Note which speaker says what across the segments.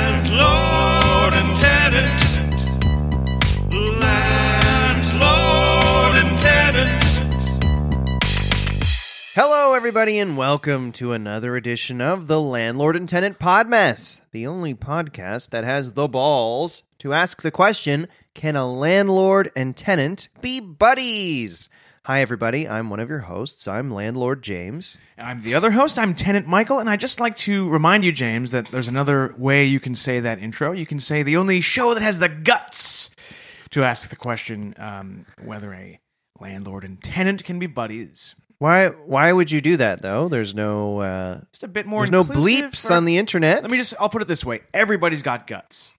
Speaker 1: Landlord and tenant. Landlord and tenant.
Speaker 2: Hello, everybody, and welcome to another edition of the Landlord and Tenant Podmess, the only podcast that has the balls to ask the question Can a landlord and tenant be buddies? Hi, everybody. I'm one of your hosts. I'm Landlord James.
Speaker 3: I'm the other host. I'm Tenant Michael, and I just like to remind you, James, that there's another way you can say that intro. You can say the only show that has the guts to ask the question um, whether a landlord and tenant can be buddies.
Speaker 2: Why? Why would you do that, though? There's no. Uh,
Speaker 3: Just a bit more.
Speaker 2: there's no
Speaker 3: inclusive
Speaker 2: bleeps
Speaker 3: for-
Speaker 2: on the internet.
Speaker 3: Let me just. I'll put it this way: everybody's got guts.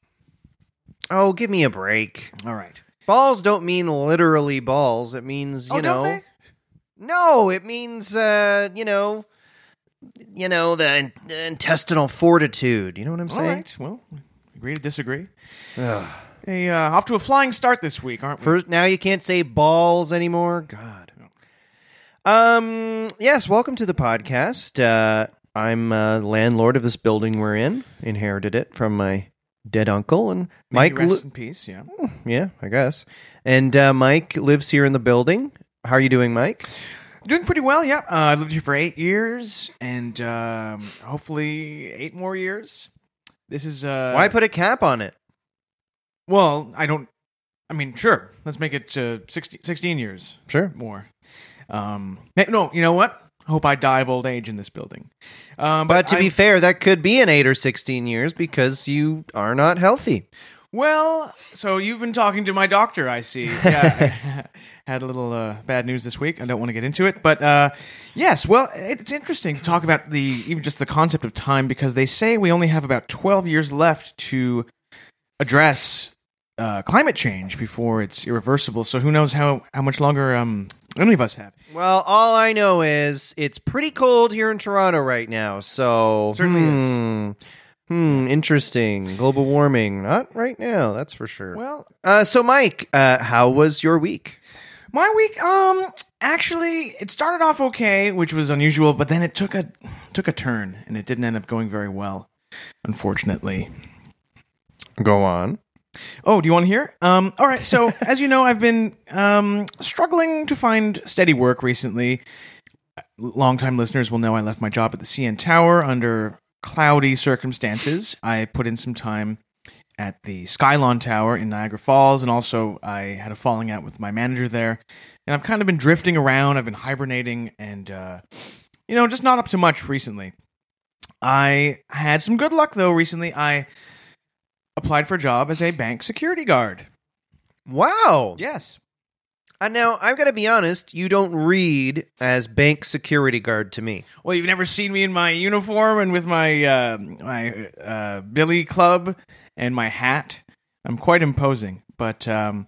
Speaker 2: Oh, give me a break.
Speaker 3: All right.
Speaker 2: Balls don't mean literally balls. It means you
Speaker 3: oh,
Speaker 2: know.
Speaker 3: don't they?
Speaker 2: No, it means uh, you know, you know the, the intestinal fortitude. You know what I'm
Speaker 3: All
Speaker 2: saying?
Speaker 3: right. Well, agree to disagree. Hey, uh, off to a flying start this week, aren't we?
Speaker 2: First, now you can't say balls anymore. God. Um. Yes. Welcome to the podcast. Uh, I'm uh, landlord of this building we're in. Inherited it from my dead uncle and
Speaker 3: May
Speaker 2: Mike.
Speaker 3: you rest
Speaker 2: Lu-
Speaker 3: in peace. Yeah.
Speaker 2: yeah, I guess. And uh, Mike lives here in the building. How are you doing, Mike?
Speaker 3: Doing pretty well, yeah. Uh, I lived here for eight years, and um, hopefully eight more years. This is uh,
Speaker 2: Why put a cap on it?
Speaker 3: well, I don't. I mean, sure. Let's make it uh, 60, 16 years
Speaker 2: Sure.
Speaker 3: more. Um, eh, no, you know what? I hope I die of old age in this building. Um,
Speaker 2: But to
Speaker 3: I-
Speaker 2: be fair, that could be in eight or sixteen years because you are not healthy.
Speaker 3: well, so you've been talking to my doctor. I see. Yeah, I had a little uh, bad news this week. I don't want to get into it, but uh, yes. Well, it's interesting to talk about the even just the concept of time because they say we only have about twelve years left to address uh, climate change before it's irreversible. So who knows how how much longer um, any of us have.
Speaker 2: Well, all I know is it's pretty cold here in Toronto right now. So
Speaker 3: Certainly
Speaker 2: hmm, is. Hmm, interesting. Global warming, not right now, that's for sure.
Speaker 3: Well,
Speaker 2: uh, so, Mike, uh, how was your week?
Speaker 3: My week, um, actually, it started off okay, which was unusual, but then it took a took a turn, and it didn't end up going very well, unfortunately.
Speaker 2: Go on.
Speaker 3: Oh, do you want to hear? Um, all right. So, as you know, I've been um, struggling to find steady work recently. Longtime listeners will know I left my job at the CN Tower under cloudy circumstances. I put in some time at the Skylon Tower in Niagara Falls, and also I had a falling out with my manager there. And I've kind of been drifting around. I've been hibernating, and uh, you know, just not up to much recently. I had some good luck though recently. I applied for a job as a bank security guard.
Speaker 2: Wow.
Speaker 3: Yes.
Speaker 2: Uh, now, I've got to be honest, you don't read as bank security guard to me.
Speaker 3: Well, you've never seen me in my uniform and with my uh, my uh, billy club and my hat. I'm quite imposing. But um,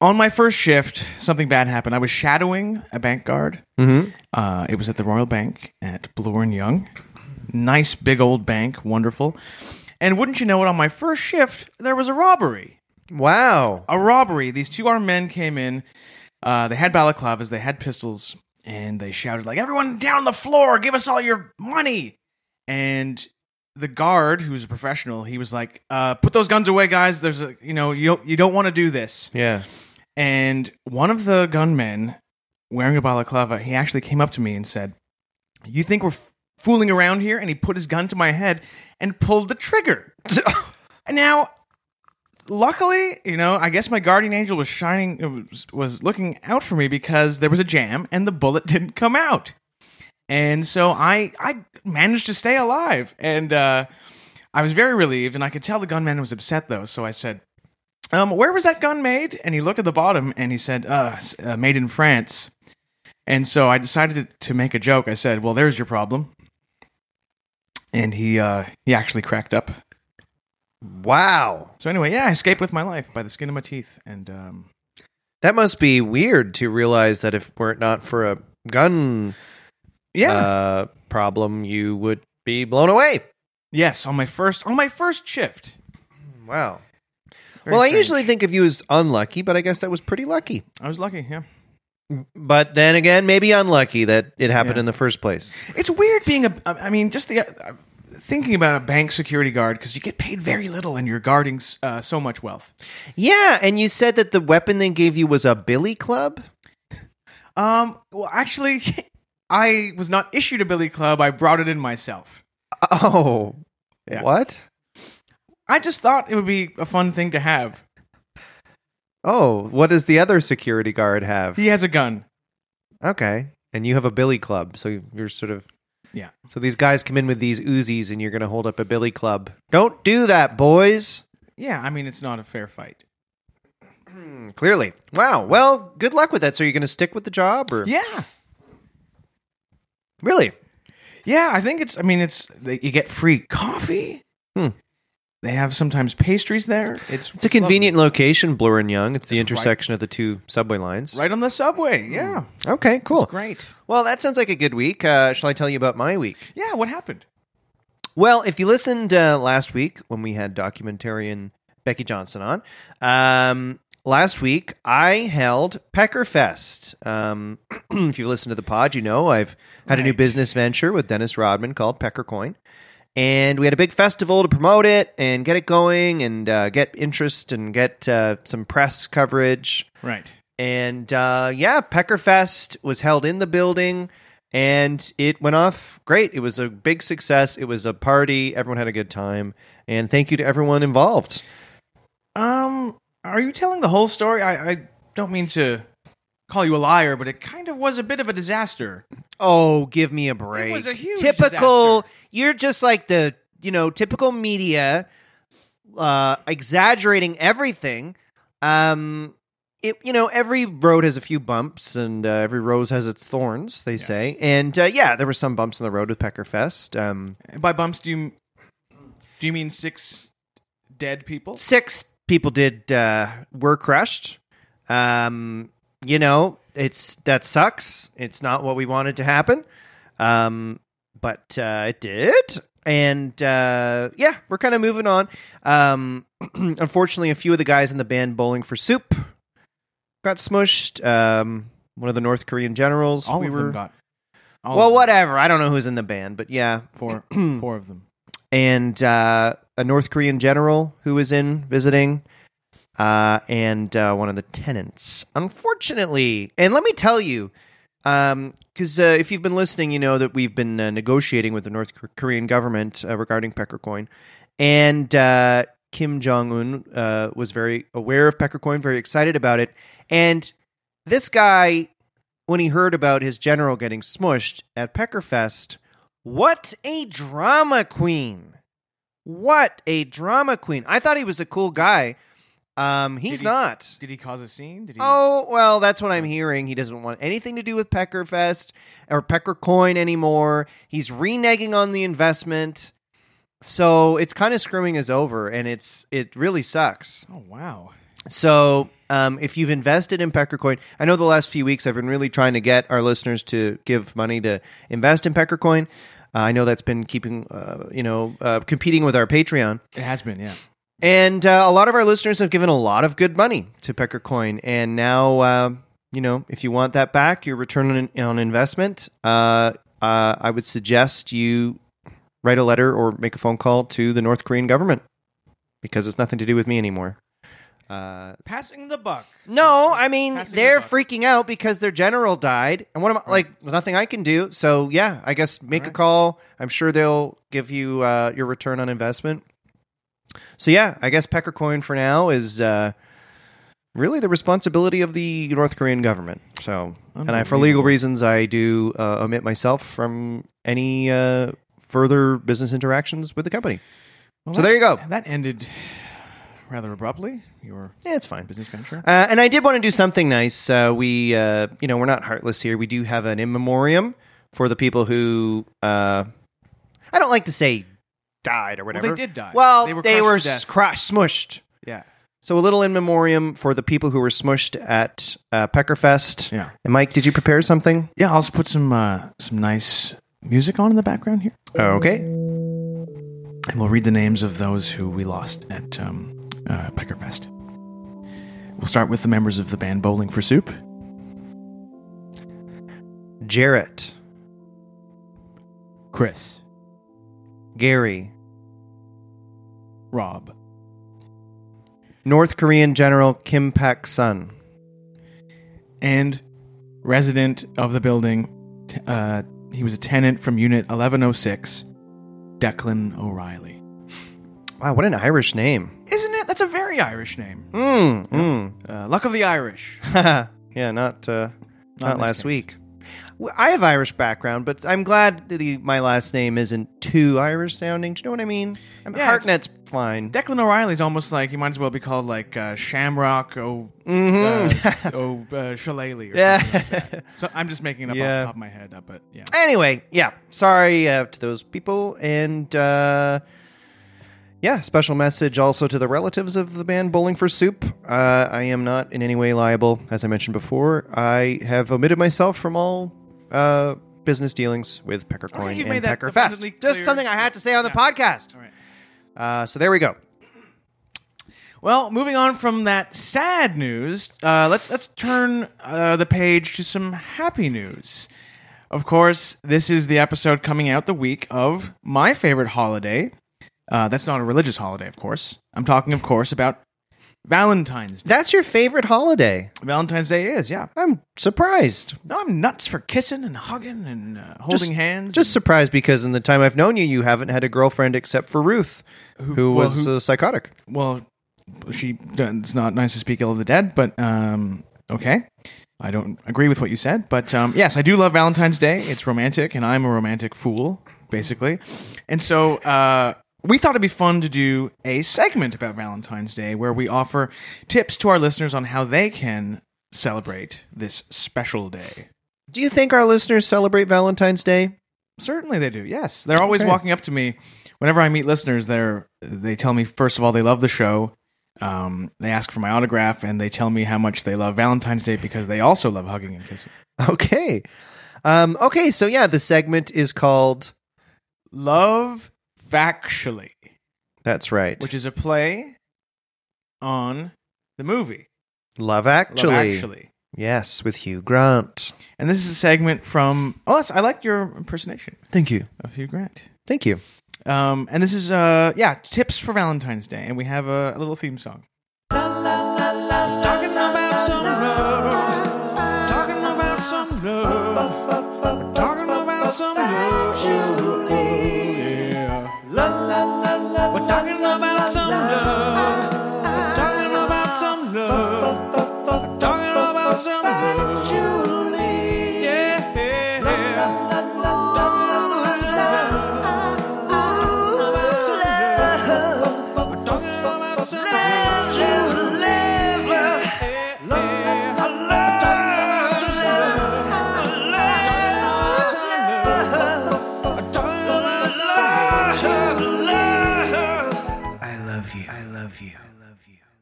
Speaker 3: on my first shift, something bad happened. I was shadowing a bank guard.
Speaker 2: Mm-hmm.
Speaker 3: Uh, it was at the Royal Bank at Bloor and Young. Nice big old bank, wonderful. And wouldn't you know it? On my first shift, there was a robbery.
Speaker 2: Wow.
Speaker 3: a robbery. These two armed men came in. Uh, they had balaclavas, they had pistols, and they shouted like, "Everyone down on the floor! Give us all your money!" And the guard, who's a professional, he was like, uh, "Put those guns away, guys. There's a you know you don't, you don't want to do this."
Speaker 2: Yeah.
Speaker 3: And one of the gunmen wearing a balaclava, he actually came up to me and said, You think we're f- fooling around here? And he put his gun to my head and pulled the trigger. And now, luckily, you know, I guess my guardian angel was shining, was, was looking out for me because there was a jam and the bullet didn't come out. And so I, I managed to stay alive. And uh, I was very relieved. And I could tell the gunman was upset, though. So I said, um, where was that gun made? And he looked at the bottom and he said, uh, s- uh, made in France. And so I decided to, to make a joke. I said, well, there's your problem. And he, uh, he actually cracked up.
Speaker 2: Wow.
Speaker 3: So anyway, yeah, I escaped with my life by the skin of my teeth. And, um,
Speaker 2: That must be weird to realize that if were it not for a gun
Speaker 3: yeah,
Speaker 2: uh, problem, you would be blown away.
Speaker 3: yes, on my first, on my first shift.
Speaker 2: Wow.
Speaker 3: Very
Speaker 2: well, I
Speaker 3: strange.
Speaker 2: usually think of you as unlucky, but I guess that was pretty lucky.
Speaker 3: I was lucky. Yeah.
Speaker 2: But then again, maybe unlucky that it happened
Speaker 3: Yeah.
Speaker 2: in the first place.
Speaker 3: It's weird being a. I mean, just the. uh, thinking about a bank security guard because you get paid very little and you're guarding s- uh, so much wealth.
Speaker 2: Yeah, and you said that the weapon they gave you was a billy club?
Speaker 3: Um, well, actually, I was not issued a billy club. I brought it in myself.
Speaker 2: Oh.
Speaker 3: Yeah.
Speaker 2: What?
Speaker 3: I just thought it would be a fun thing to have.
Speaker 2: Oh, what does the other security guard have?
Speaker 3: He has a gun.
Speaker 2: Okay. And you have a billy club, so you're sort of
Speaker 3: Yeah.
Speaker 2: So these guys come in with these Uzis and you're going to hold up a billy club. Don't do that, boys.
Speaker 3: Yeah, I mean, it's not a fair fight. Mm,
Speaker 2: Hmm, Clearly. Wow. Well, good luck with that. So you're going to stick with the job or
Speaker 3: Yeah.
Speaker 2: Really?
Speaker 3: Yeah, I think it's, I mean, it's, they- you get free coffee.
Speaker 2: Hmm.
Speaker 3: They have sometimes pastries there. It's,
Speaker 2: It's a convenient location, Bloor and Young. It's the
Speaker 3: It's right-
Speaker 2: intersection of the two subway lines.
Speaker 3: Right on the subway. Yeah.
Speaker 2: Okay, cool.
Speaker 3: It's great.
Speaker 2: Well, that sounds like a good week. Uh, shall I tell you about my week?
Speaker 3: Yeah, what happened?
Speaker 2: Well, if you listened uh, last week when we had documentarian Becky Johnson on, um, last week I held Peckerfest. Um, if you've listened to the pod, you know I've had a new
Speaker 3: Right.
Speaker 2: business venture with Dennis Rodman called Peckercoin. And we had a big festival to promote it and get it going and uh, get interest and get uh, some press coverage.
Speaker 3: Right.
Speaker 2: And uh, yeah, Peckerfest was held in the building and it went off great. It was a big success. It was a party. Everyone had a good time. And thank you to everyone involved.
Speaker 3: Um, are you telling the whole story? I, I don't mean to call you a liar, but it kind of was a bit of a disaster.
Speaker 2: Oh, give me a break.
Speaker 3: was a huge
Speaker 2: typical.
Speaker 3: disaster.
Speaker 2: You're just like the, you know, typical media uh exaggerating everything. Um it, you know, every road has a few bumps and uh, every rose has its thorns, they say. And uh, yeah, there were some bumps in the road with Peckerfest. Um,
Speaker 3: And by bumps, do you do you mean six dead people?
Speaker 2: six people did uh, were crushed. Um, you know, it's that sucks. It's not what we wanted to happen, um, but uh, it did. And uh, yeah, we're kind of moving on. Um, unfortunately, a few of the guys in the band Bowling for Soup got smushed. Um, one of the North Korean generals.
Speaker 3: All
Speaker 2: we
Speaker 3: of
Speaker 2: were.
Speaker 3: them got. all
Speaker 2: well,
Speaker 3: of them.
Speaker 2: whatever. I don't know who's in the band, but yeah,
Speaker 3: Four, four of them.
Speaker 2: and uh, a North Korean general who was in visiting, uh, and uh, one of the tenants. Unfortunately, and let me tell you, because uh, if you've been listening, you know that we've been uh, negotiating with the North K- Korean government uh, regarding Peckercoin, and uh, Kim Jong Un uh, was very aware of Peckercoin, very excited about it, and this guy. When he heard about his general getting smushed at Peckerfest, what a drama queen. What a drama queen. I thought he was a cool guy. Um, he's
Speaker 3: he-
Speaker 2: not.
Speaker 3: Did he cause a scene? Did he?
Speaker 2: Oh, well, that's what I'm hearing. He doesn't want anything to do with Peckerfest or Peckercoin anymore. He's reneging on the investment. So it's kind of screwing us over and it's it really sucks.
Speaker 3: Oh wow.
Speaker 2: So, um, if you've invested in Peckercoin, I know the last few weeks I've been really trying to get our listeners to give money to invest in Peckercoin. Uh, I know that's been keeping, uh, you know, uh, competing with our Patreon.
Speaker 3: It has been. Yeah.
Speaker 2: And uh, a lot of our listeners have given a lot of good money to Peckercoin. And now, uh, you know, if you want that back, your return on, on investment, uh, uh, I would suggest you write a letter or make a phone call to the North Korean government because it's nothing to do with me anymore. Uh,
Speaker 3: Passing the buck.
Speaker 2: no, I mean
Speaker 3: Passing the
Speaker 2: they're
Speaker 3: buck.
Speaker 2: freaking out because their general died, and what am I like? there's Nothing I can do. So yeah, I guess make a call. I'm sure they'll give you uh, your return on investment. So yeah, I guess Peckercoin for now is uh, really the responsibility of the North Korean government. So, and I, for legal
Speaker 3: Unbelievable.
Speaker 2: reasons, I do uh, omit myself from any uh, further business interactions with the company.
Speaker 3: Well,
Speaker 2: So
Speaker 3: that-
Speaker 2: there you go.
Speaker 3: That ended rather abruptly. Your
Speaker 2: Yeah, it's fine.
Speaker 3: business venture.
Speaker 2: Uh, and I did want to do something nice. Uh, we, uh, you know, we're not heartless here. We do have an in memoriam for the people who, uh, I don't like to say died or whatever.
Speaker 3: they did die.
Speaker 2: Well,
Speaker 3: They were
Speaker 2: they
Speaker 3: crushed
Speaker 2: were
Speaker 3: to
Speaker 2: s-
Speaker 3: death.
Speaker 2: crushed, smushed.
Speaker 3: yeah.
Speaker 2: So a little in memoriam for the people who were smushed at uh, Peckerfest.
Speaker 3: Yeah.
Speaker 2: And Mike, did you prepare something?
Speaker 3: Yeah. I'll just put some uh, some nice music on in the background here.
Speaker 2: Oh, Okay.
Speaker 3: And we'll read the names of those who we lost at um, uh, Peckerfest. We'll start with the members of the band Bowling for Soup
Speaker 2: Jarrett,
Speaker 3: Chris,
Speaker 2: Gary,
Speaker 3: Rob.
Speaker 2: North Korean General Kim Pak Sun,
Speaker 3: and resident of the building. T- uh, he was a tenant from Unit 1106, Declan O'Reilly.
Speaker 2: Wow, what an Irish name.
Speaker 3: Isn't it? That's a very Irish name.
Speaker 2: Mm, mm.
Speaker 3: Uh, luck of the Irish.
Speaker 2: yeah, not uh, not,
Speaker 3: in this
Speaker 2: last
Speaker 3: case.
Speaker 2: week. W- I have Irish background, but I'm glad that the, my last name isn't too Irish sounding. Do you know what I mean? I'm,
Speaker 3: Yeah, it's-
Speaker 2: Hartnett's fine.
Speaker 3: Declan O'Reilly's almost like he might as well be called like uh, Shamrock O.
Speaker 2: Mhm.
Speaker 3: Uh, o uh, Shillelagh or
Speaker 2: Yeah.
Speaker 3: something like that. So I'm just making it up off
Speaker 2: Yeah.
Speaker 3: the top of my head, uh, but yeah.
Speaker 2: anyway, yeah, sorry uh, to those people, and uh, yeah, special message also to the relatives of the band Bowling for Soup. Uh, I am not in any way liable, as I mentioned before. I have omitted myself from all uh, business dealings with Pecker Coin
Speaker 3: you've
Speaker 2: and
Speaker 3: made that
Speaker 2: Pecker Fest.
Speaker 3: abundantly
Speaker 2: Just
Speaker 3: clear.
Speaker 2: something I had to say on the podcast.
Speaker 3: All right.
Speaker 2: Uh, so there we go.
Speaker 3: Well, moving on from that sad news, uh, let's let's turn uh, the page to some happy news. Of course, this is the episode coming out the week of my favorite holiday. Uh, that's not a religious holiday, of course. I'm talking, of course, about Valentine's. Day.
Speaker 2: That's your favorite holiday.
Speaker 3: Valentine's Day is, yeah.
Speaker 2: I'm surprised.
Speaker 3: No, I'm nuts for kissing and hugging and uh, holding
Speaker 2: Just-
Speaker 3: hands.
Speaker 2: Just surprised because in the time I've known you, you haven't had a girlfriend except for Ruth, who,
Speaker 3: well,
Speaker 2: was
Speaker 3: who-
Speaker 2: uh, psychotic.
Speaker 3: and- well, she. It's not nice to speak ill of the dead, but um, okay. I don't agree with what you said, but um, yes, I do love Valentine's Day. It's romantic, and I'm a romantic fool, basically. And so uh, we thought it'd be fun to do a segment about Valentine's Day where we offer tips to our listeners on how they can celebrate this special day.
Speaker 2: Do you think our listeners celebrate Valentine's Day?
Speaker 3: Certainly they do. Yes, they're always
Speaker 2: Okay.
Speaker 3: walking up to me whenever I meet listeners. They're they tell me first of all they love the show. Um, they ask for my autograph and they tell me how much they love Valentine's Day because they also love hugging and kissing.
Speaker 2: Okay. Um, okay, so yeah, the segment is called
Speaker 3: Love factually,
Speaker 2: That's right.
Speaker 3: which is a play on the movie
Speaker 2: Love Actually.
Speaker 3: Love Actually.
Speaker 2: Yes, with Hugh Grant.
Speaker 3: And this is a segment from. Oh, that's, I like your impersonation
Speaker 2: Thank you.
Speaker 3: of Hugh Grant.
Speaker 2: Thank you.
Speaker 3: Um, and this is uh, yeah, tips for Valentine's Day, and we have a, a little theme song. Talking about some love, talking about some love, talking about some love. We're talking about some love, talking about some love, talking about some love.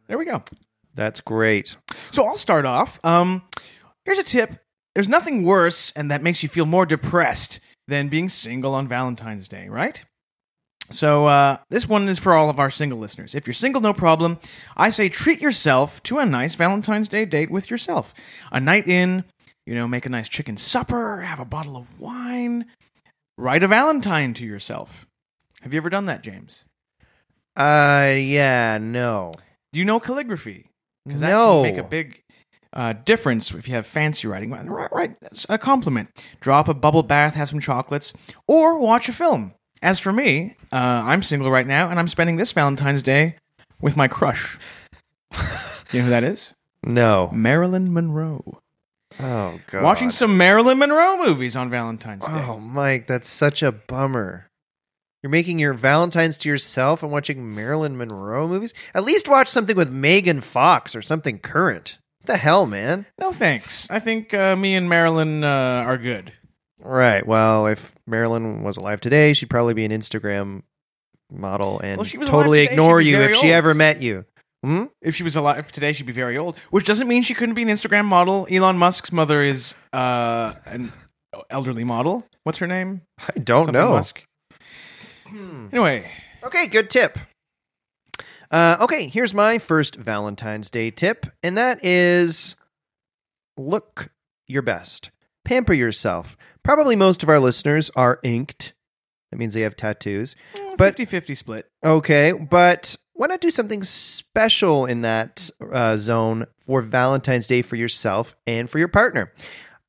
Speaker 3: There we go.
Speaker 2: That's great.
Speaker 3: So I'll start off. Um, here's a tip. There's nothing worse and that makes you feel more depressed than being single on Valentine's Day, right? So uh, this one is for all of our single listeners. If you're single, no problem. I say treat yourself to a nice Valentine's Day date with yourself. A night in, you know, make a nice chicken supper, have a bottle of wine, write a Valentine to yourself. Have you ever done that, James?
Speaker 2: Uh yeah, no.
Speaker 3: Do you know calligraphy? Because that
Speaker 2: No.
Speaker 3: can make a big uh, difference if you have fancy writing. Right, right, that's a compliment. Drop a bubble bath, have some chocolates, or watch a film. As for me, uh, I'm single right now, and I'm spending this Valentine's Day with my crush. you know who that is?
Speaker 2: No.
Speaker 3: Marilyn Monroe.
Speaker 2: Oh god.
Speaker 3: Watching some Marilyn Monroe movies on Valentine's Day.
Speaker 2: Oh, Mike, that's such a bummer. You're making your Valentine's to yourself and watching Marilyn Monroe movies? At least watch something with Megan Fox or something current. What the hell, man?
Speaker 3: No thanks. I think uh, me and Marilyn uh, are good.
Speaker 2: Right. Well, if Marilyn was alive today, she'd probably be an Instagram model and
Speaker 3: Well, she was alive
Speaker 2: totally
Speaker 3: today,
Speaker 2: ignore
Speaker 3: she'd be
Speaker 2: you if
Speaker 3: very
Speaker 2: she
Speaker 3: old.
Speaker 2: ever met you. Hmm?
Speaker 3: if she was alive today, she'd be very old, which doesn't mean she couldn't be an Instagram model. Elon Musk's mother is uh, an elderly model. What's her name?
Speaker 2: I don't
Speaker 3: Something
Speaker 2: know.
Speaker 3: Musk. Anyway,
Speaker 2: Okay, good tip. Uh, okay, here's my first Valentine's Day tip, and that is look your best. Pamper yourself. Probably most of our listeners are inked That means they have tattoos. But-
Speaker 3: 50 50 mm, split.
Speaker 2: Okay, but why not do something special in that uh, zone for Valentine's Day for yourself and for your partner?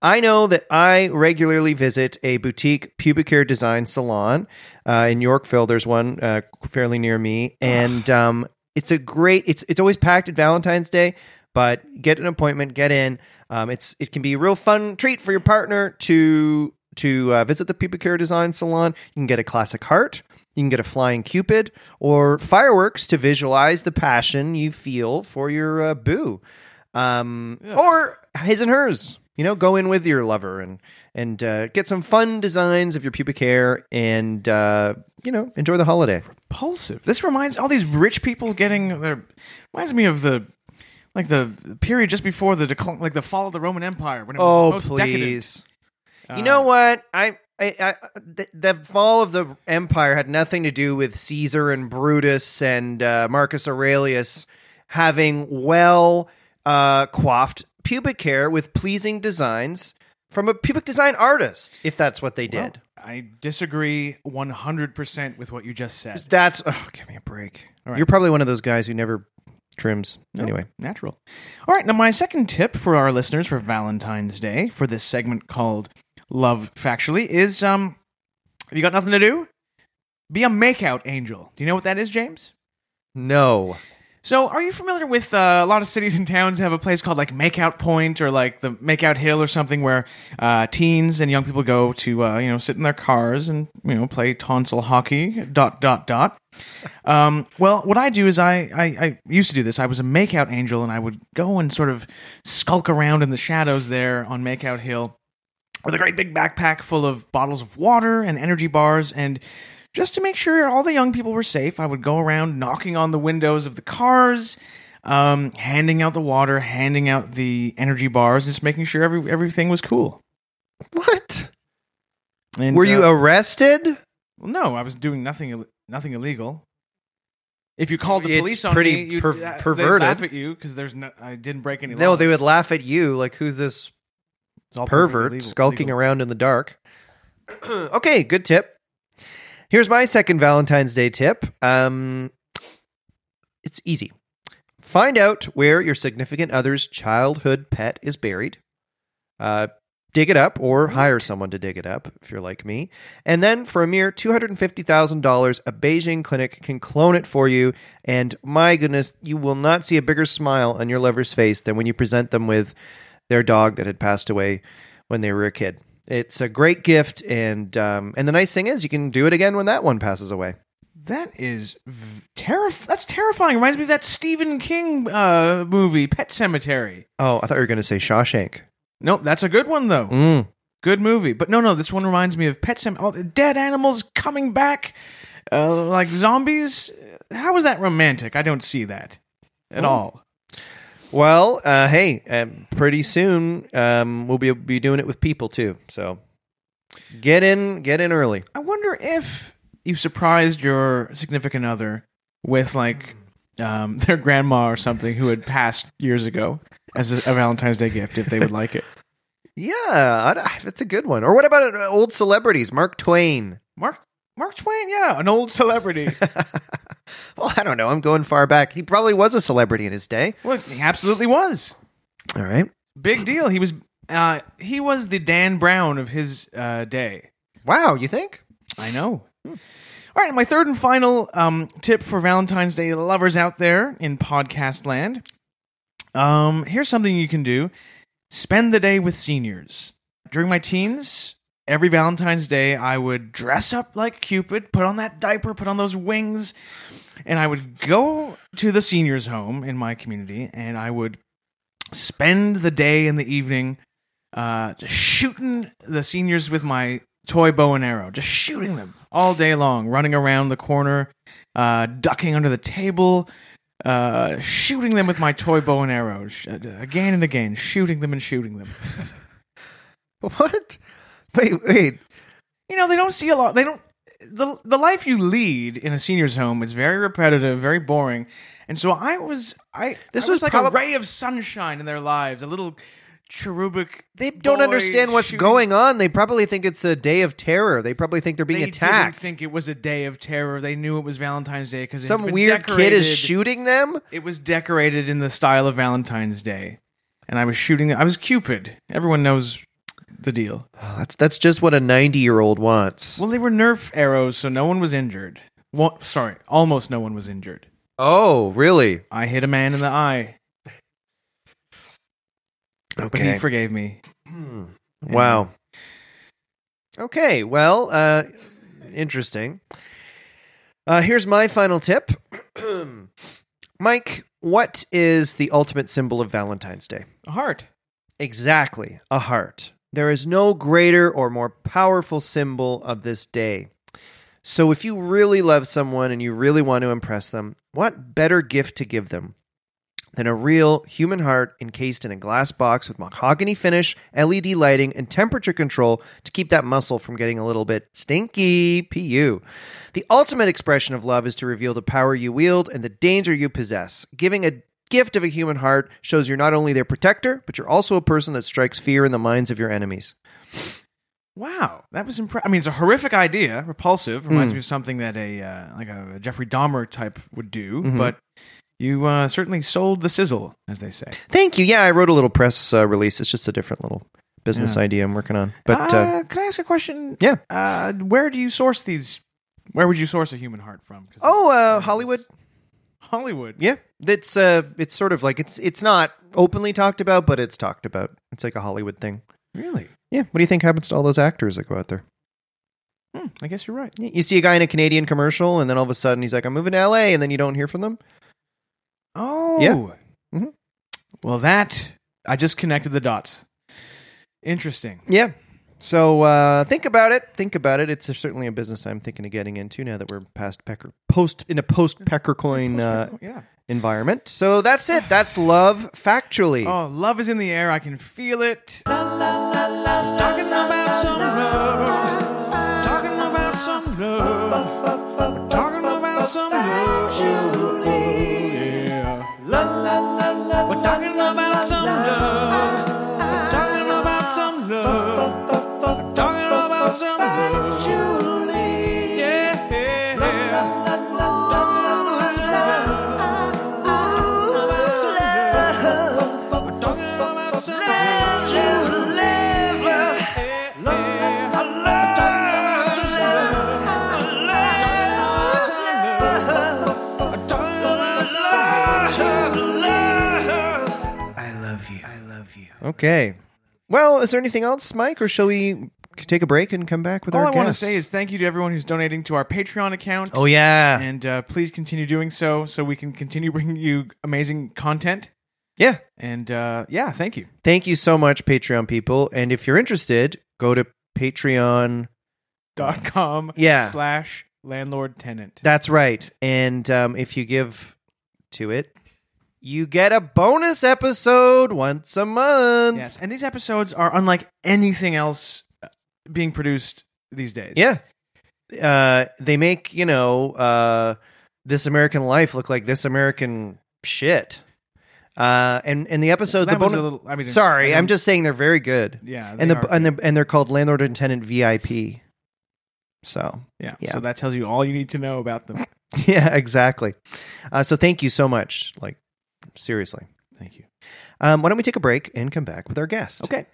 Speaker 2: I know that I regularly visit a boutique pubic hair design salon uh, in Yorkville. There's one uh, fairly near me, and um, it's a great. It's it's always packed at Valentine's Day, but get an appointment, get in. Um, it's it can be a real fun treat for your partner to to uh, visit the pubic hair design salon. You can get a classic heart. You can get a flying cupid or fireworks to visualize the passion you feel for your uh, boo, um, or his and hers. You know, go in with your lover and and uh, get some fun designs of your pubic hair, and uh, you know, enjoy the holiday.
Speaker 3: Repulsive. This reminds all these rich people getting their. Reminds me of the. Like the the period just before the decline, like the fall of the Roman Empire, when it was
Speaker 2: Oh
Speaker 3: the most decadent. Uh,
Speaker 2: please! You know what? I, I, I the, the fall of the empire had nothing to do with Caesar and Brutus and uh, Marcus Aurelius having well uh, coiffed pubic hair with pleasing designs from a pubic design artist, if that's what they
Speaker 3: Well,
Speaker 2: did.
Speaker 3: I disagree 100% with what you just said.
Speaker 2: That's oh, give me a break.
Speaker 3: All right.
Speaker 2: You're probably one of those guys who never trims. Anyway,
Speaker 3: Natural. All right, now my second tip for our listeners for Valentine's Day for this segment called Love Factually is um have you got nothing to do? Be a makeout angel. Do you know what that is, James?
Speaker 2: no.
Speaker 3: So, are you familiar with uh, a lot of cities and towns have a place called like Makeout Point or like the Makeout Hill or something where uh, teens and young people go to uh, you know sit in their cars and you know play tonsil hockey dot dot dot. Um, well, what I do is I, I I used to do this. I was a Makeout angel and I would go and sort of skulk around in the shadows there on Makeout Hill with a great big backpack full of bottles of water and energy bars and just to make sure all the young people were safe i would go around knocking on the windows of the cars um, handing out the water handing out the energy bars just making sure every, everything was cool
Speaker 2: What?
Speaker 3: and,
Speaker 2: Were you
Speaker 3: uh,
Speaker 2: arrested?
Speaker 3: well, no i was doing nothing ill- nothing illegal if you called the
Speaker 2: It's
Speaker 3: police on
Speaker 2: pretty
Speaker 3: me you'd-
Speaker 2: per-
Speaker 3: uh, they'd
Speaker 2: perverted.
Speaker 3: laugh at you because there's no i didn't break any
Speaker 2: No,
Speaker 3: laws.
Speaker 2: they would laugh at you like who's this
Speaker 3: It's all perfectly
Speaker 2: pervert
Speaker 3: legal-
Speaker 2: skulking
Speaker 3: legal.
Speaker 2: around in the dark. okay, good tip. Here's my second Valentine's Day tip. Um, it's easy. Find out where your significant other's childhood pet is buried. Uh, dig it up or hire someone to dig it up if you're like me. And then for a mere $250,000, a Beijing clinic can clone it for you. And my goodness, you will not see a bigger smile on your lover's face than when you present them with their dog that had passed away when they were a kid. It's a great gift, and um, and the nice thing is you can do it again when that one passes away.
Speaker 3: That is v- terrif- That's terrifying. Reminds me of that Stephen King uh, movie, Pet Cemetery.
Speaker 2: Oh, I thought you were going to say Shawshank.
Speaker 3: Nope, that's a good one though.
Speaker 2: Mm.
Speaker 3: Good movie, but no, no, this one reminds me of Pet Cemetery. Oh, dead animals coming back, uh, like zombies. How is that romantic? I don't see that at all.
Speaker 2: Well, uh, hey, um, pretty soon um, we'll be be doing it with people too. So get in, get in early.
Speaker 3: I wonder if you surprised your significant other with like um, their grandma or something who had passed years ago as a, a Valentine's Day gift, if they would like it.
Speaker 2: Yeah, I- that's a good one. Or what about uh, old celebrities? Mark Twain.
Speaker 3: Mark Mark Twain, yeah, an old celebrity.
Speaker 2: Well, I don't know. I'm going far back. He probably was a celebrity in his day.
Speaker 3: Look, he absolutely was.
Speaker 2: All right.
Speaker 3: Big deal. He was uh he was the Dan Brown of his uh day.
Speaker 2: Wow, you think?
Speaker 3: I know. All right, my third and final um tip for Valentine's Day lovers out there in podcast land. Um here's something you can do. Spend the day with seniors. During my teens, every Valentine's Day I would dress up like Cupid, put on that diaper, put on those wings, and I would go to the seniors home in my community and I would spend the day and the evening uh, just shooting the seniors with my toy bow and arrow, just shooting them all day long, running around the corner, uh, ducking under the table, uh, shooting them with my toy bow and arrow sh- uh, again and again, shooting them and shooting them.
Speaker 2: What? Wait, wait.
Speaker 3: You know, they don't see a lot. They don't. The, the life you lead in a senior's home is very repetitive, very boring, and so I was I
Speaker 2: This
Speaker 3: I was,
Speaker 2: was
Speaker 3: like
Speaker 2: prob-
Speaker 3: a ray of sunshine in their lives, a little cherubic.
Speaker 2: They don't
Speaker 3: boy
Speaker 2: understand what's
Speaker 3: shooting-
Speaker 2: going on. They probably think it's a day of terror. They probably think they're being
Speaker 3: they
Speaker 2: attacked.
Speaker 3: Didn't think it was a day of terror. They knew it was Valentine's Day because
Speaker 2: Some weird kid is
Speaker 3: shooting.
Speaker 2: shooting them.
Speaker 3: It was decorated in the style of Valentine's Day, and I was shooting. I was Cupid. Everyone knows the deal.
Speaker 2: Oh, that's that's just what a ninety-year-old wants.
Speaker 3: Well, they were Nerf arrows, so no one was injured. Well, sorry, almost no one was injured.
Speaker 2: Oh, really?
Speaker 3: I hit a man in the eye, but
Speaker 2: Okay.
Speaker 3: he forgave me.
Speaker 2: Wow. Okay, well, uh, interesting. Uh, here's my final tip. Mike, what is the ultimate symbol of Valentine's Day?
Speaker 3: A heart.
Speaker 2: Exactly, a heart. There is no greater or more powerful symbol of this day. So, if you really love someone and you really want to impress them, what better gift to give them than a real human heart encased in a glass box with mahogany finish, LED lighting, and temperature control to keep that muscle from getting a little bit stinky? PU. The ultimate expression of love is to reveal the power you wield and the danger you possess. Giving a gift of a human heart shows you're not only their protector, but you're also a person that strikes fear in the minds of your enemies.
Speaker 3: Wow, that was impressive. I mean, it's a horrific idea, repulsive.
Speaker 2: Hmm.
Speaker 3: Reminds me of something that a uh, like a Jeffrey Dahmer type would do,
Speaker 2: Mhm.
Speaker 3: but. You uh, certainly sold the sizzle, as they say.
Speaker 2: Thank you. Yeah, I wrote a little press uh, release. It's just a different little business
Speaker 3: Yeah.
Speaker 2: idea I'm working on. But uh,
Speaker 3: uh, can I ask a question?
Speaker 2: yeah.
Speaker 3: Uh, where do you source these? Where would you source a human heart from? 'Cause-
Speaker 2: Oh, uh, Hollywood.
Speaker 3: Hollywood.
Speaker 2: Yeah, that's uh, it's sort of like it's it's not openly talked about, but it's talked about. It's like a Hollywood thing.
Speaker 3: Really?
Speaker 2: Yeah. What do you think happens to all those actors that go out there?
Speaker 3: Hmm, I guess you're right.
Speaker 2: You see a guy in a Canadian commercial, and then all of a sudden he's like, "I'm moving to L.A.," and then you don't hear from them.
Speaker 3: Oh.
Speaker 2: Mhm.
Speaker 3: Well, that I just connected the dots. Interesting.
Speaker 2: Yeah. So uh, think about it. Think about it. It's certainly a business I'm thinking of getting into now that we're past pecker post in a post pecker coin uh,
Speaker 3: yeah.
Speaker 2: environment. So that's it. That's love factually.
Speaker 3: Oh, love is in the air. I can feel it. Talking about some love. Talking about some love. Talking about some love. Yeah. We're talking about some love. Talking about some love. Talking about some love. Yeah. Ooh, it's love. Ooh, it's love. We're talking about some love. Yeah. We're talking about some love. We're talking about some love.
Speaker 2: Okay. Well, is there anything else, Mike, or shall we take a break and come back with
Speaker 3: All
Speaker 2: our
Speaker 3: I want to
Speaker 2: guest?
Speaker 3: say is thank you to everyone who's donating to our Patreon account.
Speaker 2: oh yeah,
Speaker 3: And uh, please continue doing so so we can continue bringing you amazing content.
Speaker 2: yeah.
Speaker 3: And uh, yeah, thank you.
Speaker 2: Thank you so much, Patreon people. And if you're interested, go to Patreon.
Speaker 3: Dot com
Speaker 2: Mm. Yeah.
Speaker 3: slash landlord tenant.
Speaker 2: That's right. And um, if you give to it, you get a bonus episode once a month.
Speaker 3: Yes. And these episodes are unlike anything else uh, being produced these days.
Speaker 2: Yeah. Uh, they make, you know, uh, This American Life look like This American shit. Uh, and, and the episodes,
Speaker 3: That
Speaker 2: the
Speaker 3: was
Speaker 2: bonus.
Speaker 3: a little, I mean,
Speaker 2: Sorry,
Speaker 3: I
Speaker 2: I'm
Speaker 3: don't-
Speaker 2: just saying they're very good.
Speaker 3: Yeah.
Speaker 2: and
Speaker 3: they
Speaker 2: the
Speaker 3: are.
Speaker 2: and the and they're called landlord and tenant VIP. So
Speaker 3: yeah.
Speaker 2: yeah.
Speaker 3: So that tells you all you need to know about them.
Speaker 2: yeah, exactly. Uh, so thank you so much. Like seriously,
Speaker 3: Thank you.
Speaker 2: um, why don't we take a break and come back with our guest?
Speaker 3: Okay.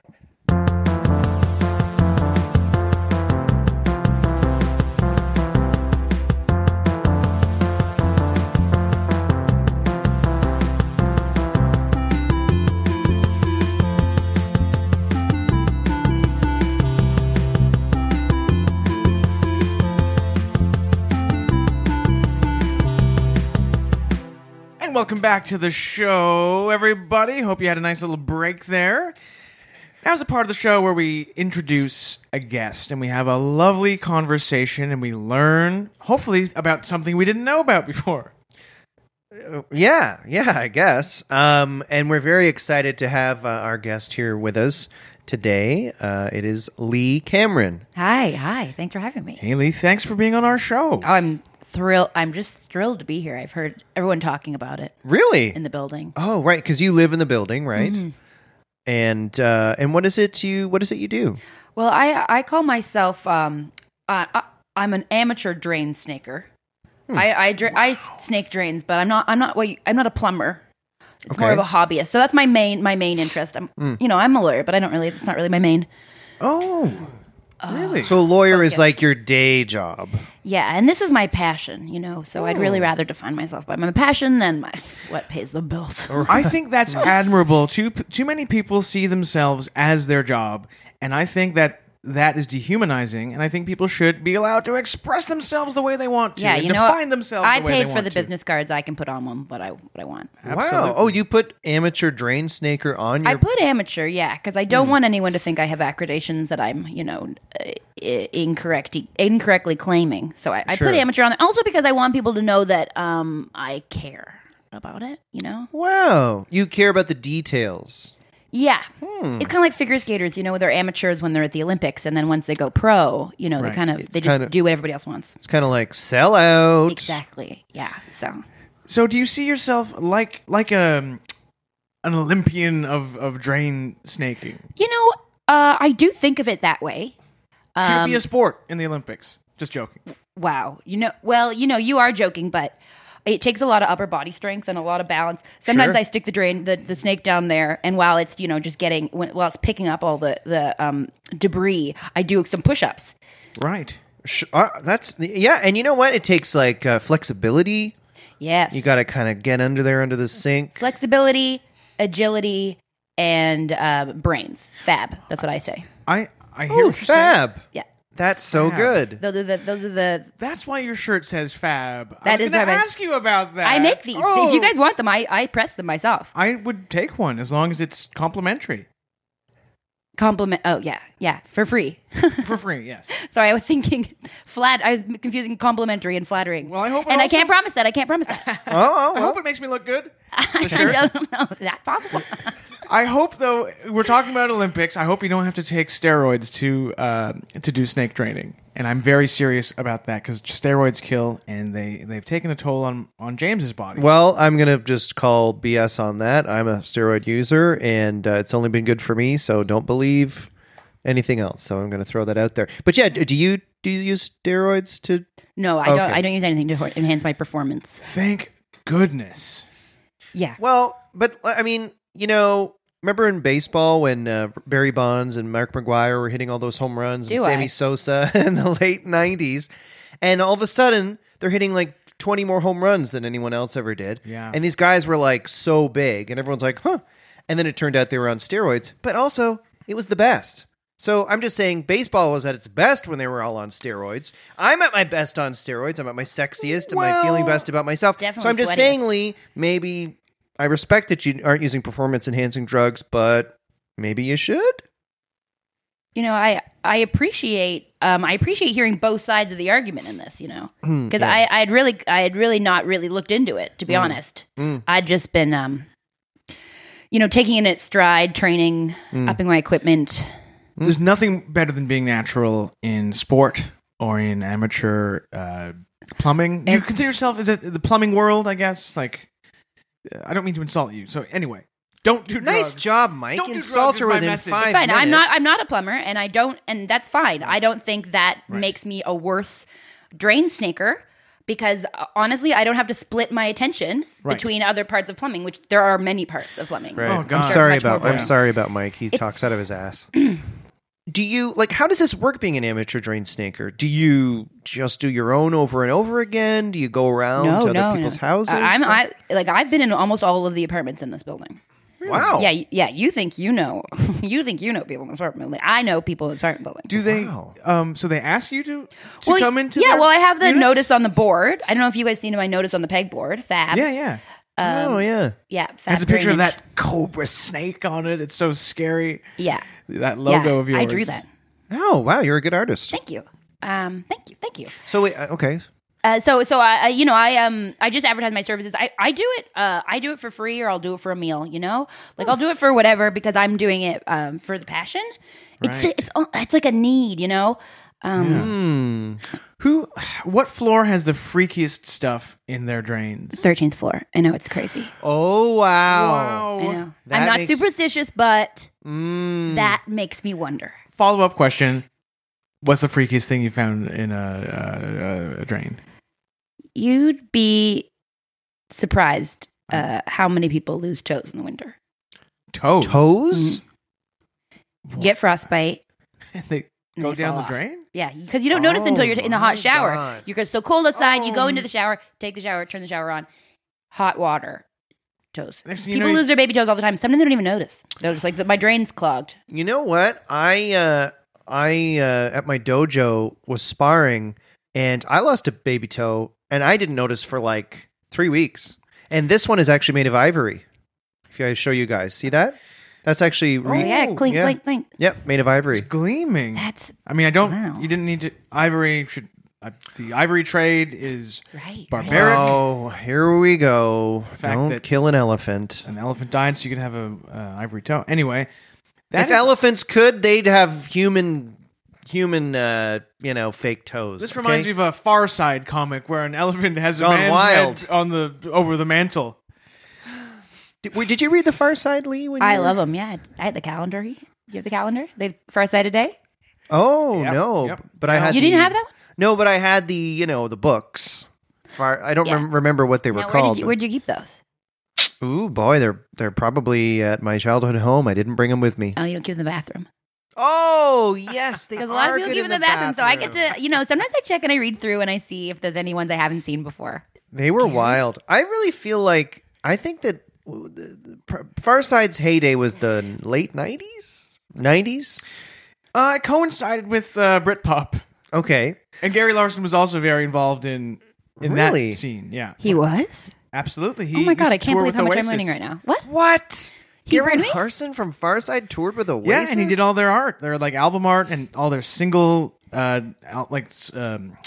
Speaker 3: And welcome back to the show, everybody. Hope you had a nice little break there. Now's the part of the show where we introduce a guest and we have a lovely conversation and we learn, hopefully, about something we didn't know about before.
Speaker 2: Oh, Yeah, yeah, I guess. Um, and we're very excited to have uh, our guest here with us today. Uh, it is Lee Cameron.
Speaker 4: Hi, hi. Thanks for having me.
Speaker 3: Haley, thanks for being on our show.
Speaker 4: Oh, I'm thrilled. I'm just thrilled to be here. I've heard everyone talking about it
Speaker 2: Really?
Speaker 4: in the building. Mm-hmm.
Speaker 2: oh, right, because you live in the building, right? And uh, and what is it you what is it you do?
Speaker 4: Well, I I call myself um uh, I, I'm an amateur drain snaker. I I, dra- I snake drains, but I'm not I'm not what you, I'm not a plumber. It's more
Speaker 2: Okay.
Speaker 4: of a hobbyist. So that's my main my main interest. I'm you know I'm a lawyer, but I don't really. It's not really my main.
Speaker 3: Oh, really?
Speaker 2: So lawyer is
Speaker 4: Focus.
Speaker 2: like your day job.
Speaker 4: Yeah, and this is my passion, you know. So I'd really rather define myself by my passion than my what pays the bills.
Speaker 3: I think that's admirable. Too too many people see themselves as their job, and I think that that is dehumanizing. And I think people should be allowed to express themselves the way they want to.
Speaker 4: yeah,
Speaker 3: and
Speaker 4: you know,
Speaker 3: define themselves.
Speaker 4: I
Speaker 3: the way
Speaker 4: paid
Speaker 3: they
Speaker 4: for
Speaker 3: want
Speaker 4: the
Speaker 3: to.
Speaker 4: business cards. I can put on them, what I what I want.
Speaker 2: Wow.
Speaker 3: Absolutely.
Speaker 2: Oh, you put amateur drain snaker on your
Speaker 4: I put amateur, yeah, because I
Speaker 3: Hmm.
Speaker 4: don't want anyone to think I have accreditations that I'm, you know, uh, i- incorrect incorrectly claiming. So I, I
Speaker 2: Sure.
Speaker 4: put amateur on there, also because I want people to know that um, I care about it. You know,
Speaker 2: Wow. You care about the details.
Speaker 4: yeah,
Speaker 3: Hmm.
Speaker 4: it's kind of like figure skaters. You know, they're amateurs when they're at the Olympics, and then once they go pro, you know,
Speaker 3: Right.
Speaker 4: they kind of they just
Speaker 2: kinda-
Speaker 4: do what everybody else wants.
Speaker 2: It's kind of like sell out.
Speaker 4: Exactly. Yeah. So
Speaker 3: So, do you see yourself like like a an Olympian of of drain snaking?
Speaker 4: you know, uh, I do think of it that way.
Speaker 3: Should it
Speaker 4: Um,
Speaker 3: be a sport in the Olympics? Just joking.
Speaker 4: Wow. You know, well, you know, you are joking, but it takes a lot of upper body strength and a lot of balance. Sometimes
Speaker 2: Sure.
Speaker 4: I stick the drain, the, the snake down there, and while it's you know just getting, when, while it's picking up all the the um, debris, I do some push ups.
Speaker 3: Right.
Speaker 2: Sh- uh, that's yeah, and you know what? It takes like uh, flexibility.
Speaker 4: Yes.
Speaker 2: You got to kind of get under there under the sink.
Speaker 4: flexibility, agility, and uh, brains. Fab. That's what I say.
Speaker 3: I I hear
Speaker 2: Ooh,
Speaker 3: what you're saying.
Speaker 2: fab.
Speaker 4: Yeah.
Speaker 2: That's so
Speaker 3: Fab.
Speaker 2: good.
Speaker 4: Those are the those are the.
Speaker 3: That's why your shirt says fab.
Speaker 4: That
Speaker 3: I was
Speaker 4: is
Speaker 3: going to
Speaker 4: fab.
Speaker 3: ask you about
Speaker 2: Uh,
Speaker 3: that. Oh.
Speaker 4: I make these. If
Speaker 2: oh.
Speaker 4: you guys want them, I I press them myself.
Speaker 3: I would take one as long as it's complimentary
Speaker 4: Compliment. Oh yeah, yeah, for free.
Speaker 3: for free. Yes.
Speaker 4: Sorry, I was thinking flat. I was confusing complimentary and flattering.
Speaker 3: Well, I hope it
Speaker 4: and I
Speaker 3: also-
Speaker 4: can't promise that. I can't promise that.
Speaker 2: Oh, oh,
Speaker 3: I
Speaker 2: well.
Speaker 3: hope it makes me look good.
Speaker 4: I don't know is that possible.
Speaker 3: I hope though we're talking about Olympics. I hope you don't have to take steroids to uh, to do snake training, and I'm very serious about that because steroids kill, and they they've taken a toll on on James's body.
Speaker 2: Well, I'm gonna just call BS on that. I'm a steroid user, and uh, it's only been good for me. So don't believe anything else. So I'm gonna throw that out there. But yeah, do do you do you use steroids to?
Speaker 4: No, I don't.
Speaker 2: Okay.
Speaker 4: I don't use anything to enhance my performance.
Speaker 3: Thank goodness.
Speaker 4: Yeah.
Speaker 2: Well, but I mean, you know, remember in baseball when uh, Barry Bonds and Mark McGuire were hitting all those home runs and
Speaker 4: Do
Speaker 2: Sammy
Speaker 4: I?
Speaker 2: Sosa in the late '90s, and all of a sudden they're hitting like 20 more home runs than anyone else ever did.
Speaker 3: Yeah.
Speaker 2: And these guys were like so big, and everyone's like, "Huh." And then it turned out they were on steroids, but also it was the best. So I'm just saying, baseball was at its best when they were all on steroids. I'm at my best on steroids. I'm at my sexiest. and my
Speaker 3: Well,
Speaker 2: feeling best about myself? so
Speaker 4: definitely
Speaker 2: I'm just
Speaker 4: sweatiest.
Speaker 2: saying, Lee, maybe I respect that you aren't using performance enhancing drugs, but maybe you should.
Speaker 4: You know, I I appreciate um I appreciate hearing both sides of the argument in this. You know,
Speaker 3: Mm,
Speaker 4: because I I had really I had really not really looked into it to be honest.
Speaker 3: mm.
Speaker 4: I'd just been um, you know, taking it at stride, training,
Speaker 3: Mm.
Speaker 4: upping my equipment. Hmm?
Speaker 3: There's nothing better than being natural in sport or in amateur uh, plumbing. Do you
Speaker 4: And-
Speaker 3: consider yourself as a, the plumbing world? I guess. Like, uh, I don't mean to insult you. So anyway, don't do
Speaker 2: Nice
Speaker 3: drugs.
Speaker 2: job, Mike.
Speaker 3: Don't do
Speaker 2: Insult
Speaker 3: drugs
Speaker 2: her
Speaker 3: is my
Speaker 2: within
Speaker 3: message.
Speaker 2: five
Speaker 4: fine.
Speaker 2: minutes.
Speaker 4: I'm not. I'm not a plumber, and I don't, and that's fine. I don't think that makes me a worse drain snaker because uh, honestly, I don't have to split my attention
Speaker 3: Right.
Speaker 4: between other parts of plumbing, which there are many parts of plumbing.
Speaker 2: Right.
Speaker 3: Oh,
Speaker 2: I'm
Speaker 3: God.
Speaker 2: sorry
Speaker 4: Much more
Speaker 2: about. I'm
Speaker 4: boring.
Speaker 2: sorry about Mike. He talks out of his ass. do you like? How does this work? Being an amateur drain snaker, do you just do your own over and over again? Do you go around
Speaker 4: No,
Speaker 2: to other
Speaker 4: no, no.
Speaker 2: people's houses?
Speaker 4: I- I'm I like I've been in almost all of the apartments in this building.
Speaker 3: Oh.
Speaker 2: wow.
Speaker 4: Yeah, y- yeah. You think you know? you think you know people in this apartment building? I know people in this apartment building.
Speaker 3: Do they?
Speaker 2: Wow.
Speaker 3: Um, so they ask you to, to
Speaker 4: well,
Speaker 3: come into?
Speaker 4: yeah.
Speaker 3: their
Speaker 4: Well, I have the
Speaker 3: units?
Speaker 4: notice on the board. I don't know if you guys seen my notice on the pegboard. Fab.
Speaker 3: Yeah, yeah.
Speaker 2: oh yeah.
Speaker 4: yeah. Fab
Speaker 3: Has a picture of
Speaker 4: drainage.
Speaker 3: that cobra snake on it. It's so scary.
Speaker 4: Yeah.
Speaker 3: That logo
Speaker 4: yeah,
Speaker 3: of yours.
Speaker 4: I drew that.
Speaker 2: Oh wow. You're a good artist.
Speaker 4: Thank you. Um, thank you. Thank you.
Speaker 2: So wait. uh, Okay.
Speaker 4: Uh, so, so I, I- you know, I um, I just advertise my services. I, I do it. Uh, I do it for free, or I'll do it for a meal. You know, like I'll do it for whatever because I'm doing it um, for the passion. It's uh,
Speaker 3: Right.
Speaker 4: it's it's like a need. You know. Um,
Speaker 2: Hmm.
Speaker 3: Who? what floor has the freakiest stuff in their drains?
Speaker 4: 13th floor. I know it's crazy.
Speaker 2: Oh wow.
Speaker 4: I know.
Speaker 2: That
Speaker 4: I'm not
Speaker 2: makes-
Speaker 4: superstitious, but
Speaker 3: Hmm.
Speaker 2: Mm.
Speaker 4: that makes me wonder.
Speaker 3: Follow up question: What's the freakiest thing you found in a, a, a drain?
Speaker 4: You'd be surprised uh, how many people lose toes in the winter.
Speaker 3: Toes.
Speaker 2: Toes?
Speaker 4: Get frostbite.
Speaker 3: they
Speaker 4: and
Speaker 3: go
Speaker 4: they
Speaker 3: down
Speaker 4: fall
Speaker 3: the
Speaker 4: off.
Speaker 3: drain.
Speaker 4: Yeah, because you don't notice
Speaker 2: Oh,
Speaker 4: until you're in the hot
Speaker 2: my
Speaker 4: shower.
Speaker 2: God.
Speaker 4: You get so cold outside, you
Speaker 3: Oh.
Speaker 4: go into the shower, take the shower, turn the shower on, hot water, toes.
Speaker 3: Next thing you
Speaker 4: People
Speaker 3: know, you-
Speaker 4: lose their baby toes all the time. Sometimes they don't even notice. They're just like, my drain's clogged.
Speaker 2: You know what? I uh I uh at my dojo was sparring and I lost a baby toe and I didn't notice for like 3 weeks. And this one is actually made of ivory. If I show you guys, see that? That's actually
Speaker 4: Oh,
Speaker 2: re-
Speaker 4: yeah,
Speaker 3: Oh,
Speaker 4: clink,
Speaker 2: yeah.
Speaker 4: clink, clink.
Speaker 2: Yep, made of ivory.
Speaker 3: It's gleaming.
Speaker 4: That's
Speaker 3: I mean, I don't.
Speaker 4: Wow.
Speaker 3: You didn't need to. Ivory should. Uh, the ivory trade is
Speaker 4: right.
Speaker 3: Barbaric. Eric.
Speaker 2: Oh, here we go.
Speaker 3: fact
Speaker 2: Don't
Speaker 3: that-
Speaker 2: kill an elephant.
Speaker 3: an elephant died, so you could have a uh, ivory toe. Anyway, that
Speaker 2: if
Speaker 3: is-
Speaker 2: elephants could, they'd have human, human, uh, you know, fake toes.
Speaker 3: This reminds me of a Far Side comic where an elephant has a
Speaker 2: Gone
Speaker 3: man's
Speaker 2: wild.
Speaker 3: head on the over the mantle.
Speaker 2: Did, wait, did you read the Far Side, Lee? When
Speaker 4: I
Speaker 2: you were-
Speaker 4: love them. Yeah, I had the calendar. You have the calendar? The first side of day?
Speaker 2: Oh
Speaker 3: Yep,
Speaker 2: no,
Speaker 3: yep.
Speaker 2: but I had.
Speaker 4: You didn't
Speaker 2: the-
Speaker 4: have that one?
Speaker 2: No, but I had the you know the books. Far, I don't
Speaker 4: Yeah.
Speaker 2: rem- remember what they were
Speaker 4: Now, where
Speaker 2: called.
Speaker 4: did, you, where did you keep those?
Speaker 2: but- Ooh boy, they're they're probably at my childhood home. I didn't bring them with me.
Speaker 4: Oh, you don't keep them in the bathroom.
Speaker 2: Oh yes, they
Speaker 4: Because Uh, a lot of
Speaker 2: are
Speaker 4: people
Speaker 2: good
Speaker 4: keep them in the, bathroom, so I get to, you know, sometimes I check and I read through and I see if there's any ones I haven't seen before.
Speaker 2: They were
Speaker 4: Carrie.
Speaker 2: wild. I really feel like I think that w- the- the Par- Farside's heyday was the late nineties, nineties.
Speaker 3: Uh, it coincided with uh, Britpop,
Speaker 2: Okay,
Speaker 3: and Gary Larson was also very involved in in
Speaker 2: Really?
Speaker 3: that scene. Yeah,
Speaker 4: He was?
Speaker 3: absolutely. He,
Speaker 4: Oh my God,
Speaker 3: used to
Speaker 4: I can't
Speaker 3: E, tour
Speaker 4: believe
Speaker 3: with
Speaker 4: how much I'm
Speaker 3: Oasis.
Speaker 4: learning right now. What?
Speaker 2: what?
Speaker 4: He
Speaker 2: Gary
Speaker 4: really?
Speaker 2: Larson from Farside toured with Oasis.
Speaker 3: Yeah, and he did all their art, their like album art, and all their single uh, out, like s- um,